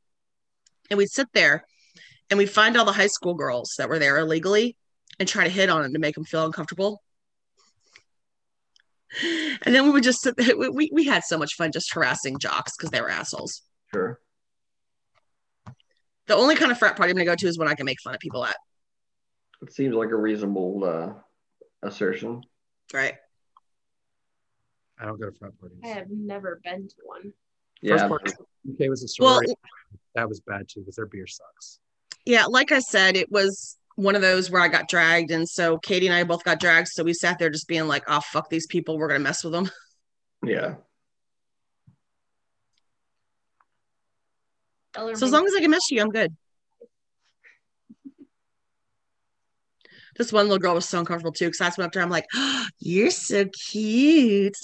and we'd sit there and we'd find all the high school girls that were there illegally and try to hit on them to make them feel uncomfortable and then we would just sit there. We- We, we had so much fun just harassing jocks because they were assholes.
Sure.
The only kind of frat party I'm going to go to is when I can make fun of people at,
It seems like a reasonable uh, assertion.
right?
I don't go to frat parties.
I have never been to one.
First
Yeah.
party UK was a
Well,
sorority. that was bad too because their beer sucks.
yeah, like I said, it was one of those where I got dragged. And so Katie and I both got dragged. So we sat there just being like, oh, fuck these people. We're going to mess with them.
Yeah.
Eller
So as
Mink-
long as I can mess with you, I'm good. This one little girl was so uncomfortable too because I went up to her. I'm like, "Oh, you're so cute.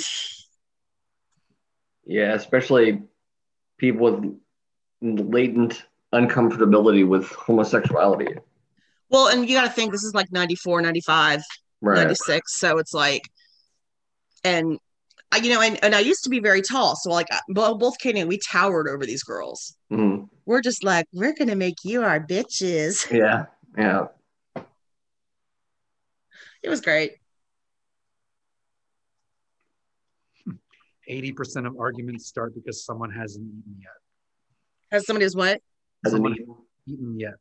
Yeah. Especially people with latent uncomfortability with homosexuality.
Well, and you got to think this is like 94, 95.
Right.
96 so it's like and I, you know and, and i used to be very tall so like I- bo- both katie and we towered over these girls
Mhm.
we're just like we're gonna make you our bitches
Yeah. Yeah.
it was great
80% of arguments start because someone hasn't eaten yet.
as somebody is what
As an
Someone eaten yet.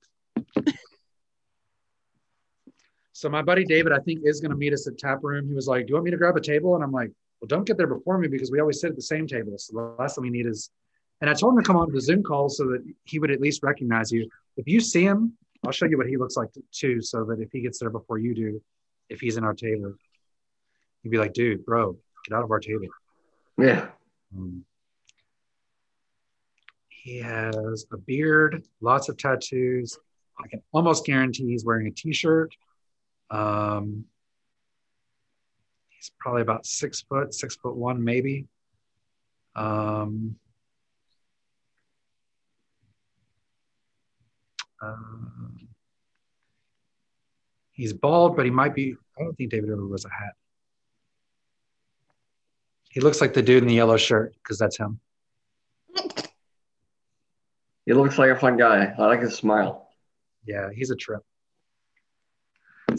so my buddy David, I think, is going to meet us at Tap Room. He was like, "Do you want me to grab a table?" And I'm like, "Well, don't get there before me because we always sit at the same table. So the last thing we need is." And I told him to come on the Zoom call so that he would at least recognize you. If you see him, I'll show you what he looks like too, so that if he gets there before you do, if he's in our table, you'd be like, "Dude, bro, get out of our table."
yeah.
Um, he has a beard, lots of tattoos. I can almost guarantee he's wearing a t-shirt. Um, he's probably about six foot, six foot one, maybe. Um, um, he's bald, but he might be. I don't think David ever wears a hat. He looks like the dude in the yellow shirt because that's him.
He looks like a fun guy. I like his smile.
Yeah, he's a trip.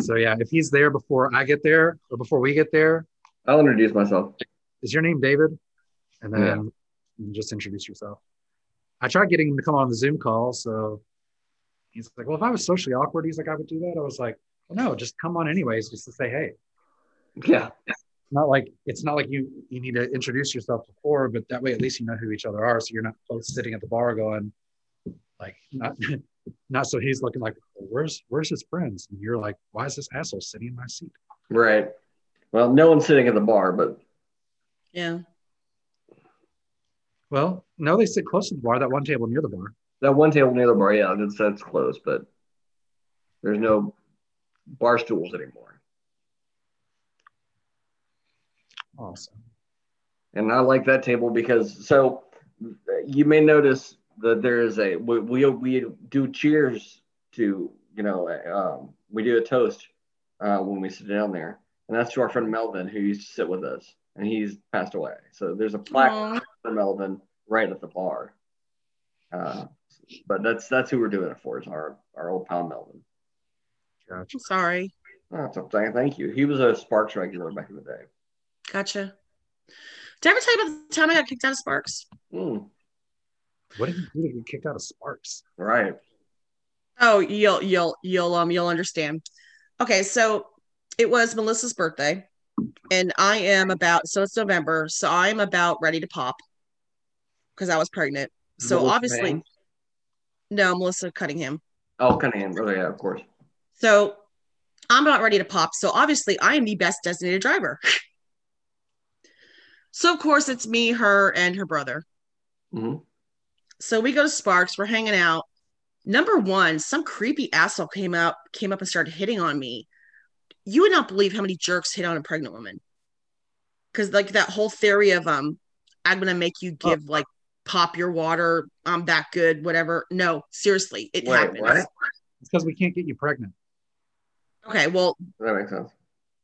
So yeah, if he's there before I get there or before we get there,
I'll introduce myself.
is your name David? And then just introduce yourself. I tried getting him to come on the Zoom call, so he's like, "Well, if I was socially awkward, he's like, I would do that." I was like, well, "No, just come on anyways, just to say hey."
Yeah.
Not like it's not like you you need to introduce yourself before, but that way at least you know who each other are, so you're not both sitting at the bar going, like not not so he's looking like where's where's his friends and you're like why is this asshole sitting in my seat
Right. Well, no one's sitting at the bar, but
yeah
well no they sit close to the bar that one table near the bar
that one table near the bar, yeah, that's, that's close, but there's no bar stools anymore.
awesome
And I like that table because so you may notice that there is a we we, we do cheers to you know um, we do a toast uh, when we sit down there, and that's to our friend Melvin who used to sit with us, and he's passed away. So there's a plaque
Aw.
for Melvin right at the bar. Uh, but that's that's who we're doing it for is our our old pal Melvin.
gotcha
i'm sorry
That's a thank, thank you. He was a Sparks regular back in the day.
gotcha Did I ever tell you about the time I got kicked out of Sparks?
Mm,
What did you do to get kicked out of Sparks?
right.
Oh, you'll you'll you'll um you'll understand. Okay, so it was Melissa's birthday, and I am about so it's November, so I'm about ready to pop because I was pregnant. So
Melissa
obviously,
Mann?
no, Melissa Cunningham.
Oh, Cunningham. Oh, yeah, of course.
So I'm about ready to pop. So obviously, I am the best designated driver. so of course, it's me, her, and her brother.
Mhm.
So we go to Sparks. We're hanging out. Number one, some creepy asshole came out, came up and started hitting on me. You would not believe how many jerks hit on a pregnant woman. Because like that whole theory of um, I'm gonna make you give
Oh.
like pop your water. I'm that good, whatever. No, seriously, it
Wait,
happens.
what?
It's because we can't get you pregnant.
Okay, well,
That makes sense.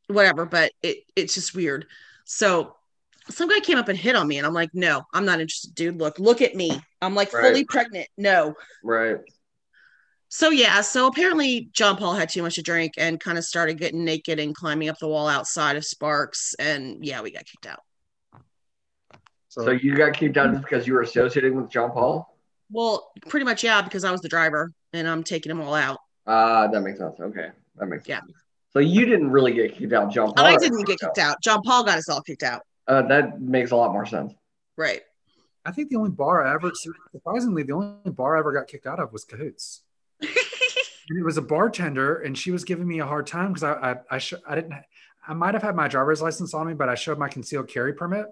whatever but it it's just weird so some guy came up and hit on me and i'm like no i'm not interested dude look look at me i'm like
Right.
fully pregnant no
Right.
so yeah so apparently john paul had too much to drink and kind of started getting naked and climbing up the wall outside of sparks and yeah we got kicked out
So,
So you got kicked out just because you were associating with John Paul?
well pretty much yeah because i was the driver and i'm taking them all out
Ah, that makes sense. Okay, that makes
Yeah.
sense. So you didn't really get kicked out, John Paul.
i didn't get kicked out john paul got us all kicked out
Uh, that makes a lot more sense.
right
I think the only bar I ever, surprisingly, the only bar I ever got kicked out of was Cahoots. and it was a bartender, and she was giving me a hard time because I, I, I, sh- I didn't, I might have had my driver's license on me, but I showed my concealed carry permit,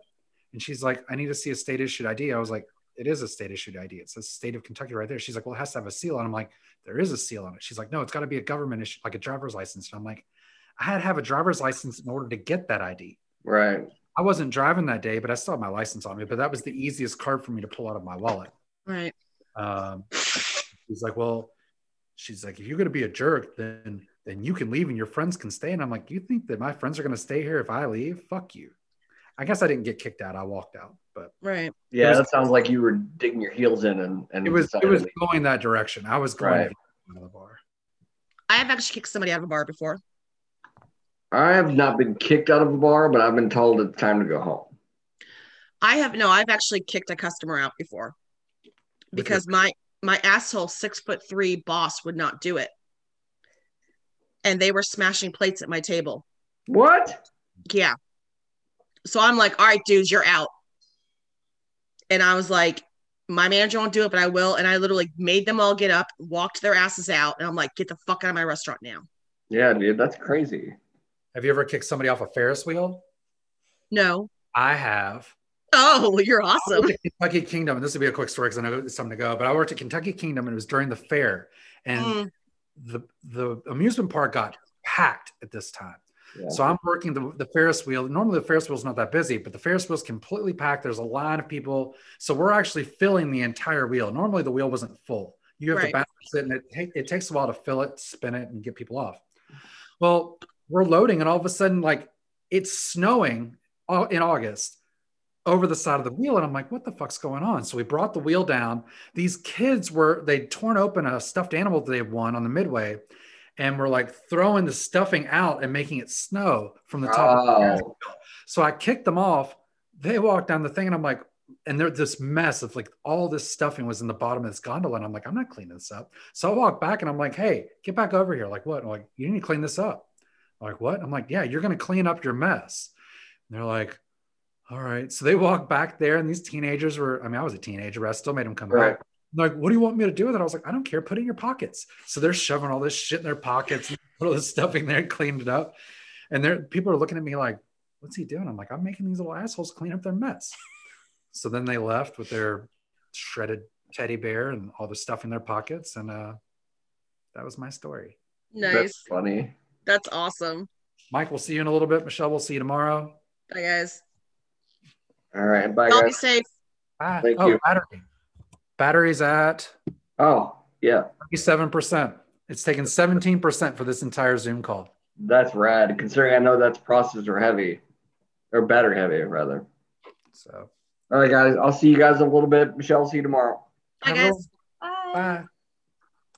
and she's like, "I need to see a state issued ID." I was like, "It is a state issued ID. It says state of Kentucky right there." She's like, "Well, it has to have a seal," and I'm like, "There is a seal on it." She's like, "No, it's got to be a government issue, like a driver's license." And I'm like, "I had to have a driver's license in order to get that ID."
Right.
I wasn't driving that day, but I still had my license on me. But that was the easiest card for me to pull out of my wallet.
right
Um, he's like, well, she's like, if you're gonna be a jerk, then then you can leave and your friends can stay. And I'm like, you think that my friends are gonna stay here if I leave? Fuck you. I guess I didn't get kicked out. I walked out, but
right
Yeah,
It was-
that sounds like you were digging your heels in and and
it was it
decided
was
to leave.
going that direction. I was going to
Right.
get out of the bar.
i have actually kicked somebody out of a bar before
I have not been kicked out of a bar, but I've been told it's time to go home.
I have no, I've actually kicked a customer out before
your-
because my my asshole six foot three boss would not do it. And they were smashing plates at my table.
What?
Yeah. So I'm like, all right, dudes, you're out. And I was like, my manager won't do it, but I will. And I literally made them all get up, walked their asses out, and I'm like, get the fuck out of my restaurant now.
Yeah, dude, that's crazy.
Have you ever kicked somebody off a Ferris wheel?
No.
I have.
Oh, well, you're
I
awesome.
worked at Kentucky Kingdom, and this would be a quick story because I know it's time to go. But I worked at Kentucky Kingdom, and it was during the fair, and
Mm,
the the amusement park got packed at this time.
Yeah.
So I'm working the, the Ferris wheel. Normally the Ferris wheel's not that busy, but the Ferris wheel's completely packed. There's a line of people. So we're actually filling the entire wheel. Normally the wheel wasn't full. You have
Right.
to balance it and it, ta- it takes a while to fill it, spin it, and get people off. Well, we're loading and all of a sudden like it's snowing all in August over the side of the wheel. And I'm like, what the fuck's going on? So we brought the wheel down. These kids were, they'd torn open a stuffed animal that they had won on the midway and were like throwing the stuffing out and making it snow from the top. of the Ferris
Oh,
so I kicked them off. They walked down the thing, and I'm like, and they're this mess of like all this stuffing was in the bottom of this gondola. And I'm like, I'm not cleaning this up. So I walk back and I'm like, hey, get back over here. Like, what? I'm like, you need to clean this up. I'm like, what? I'm like, yeah, you're going to clean up your mess. And they're like, all right. So they walk back there, and these teenagers were, I mean, I was a teenager, but I still made them come
Right.
back. They're Like, what do you want me to do with it? I was like, I don't care. Put it in your pockets. So they're shoving all this shit in their pockets, and put all this stuffing there, and cleaned it up. And they're people are looking at me like, what's he doing? I'm like, I'm making these little assholes clean up their mess. so then they left with their shredded teddy bear and all the stuff in their pockets. And uh, that was my story.
that's
nice.
funny.
That's awesome.
Mike, we'll see you in a little bit. Michelle, we'll see you tomorrow.
Bye, guys.
All right, bye
Y'all be
guys.
safe.
Bye.
Thank
oh,
you.
battery. Battery's at
Oh, yeah,
37%. It's taken 17% for this entire Zoom call.
that's rad. Considering I know that's processor heavy, or battery heavy rather.
So,
All right, guys, I'll see you guys in a little bit. Michelle, see you tomorrow.
Bye,
Have a
guys.
little- bye.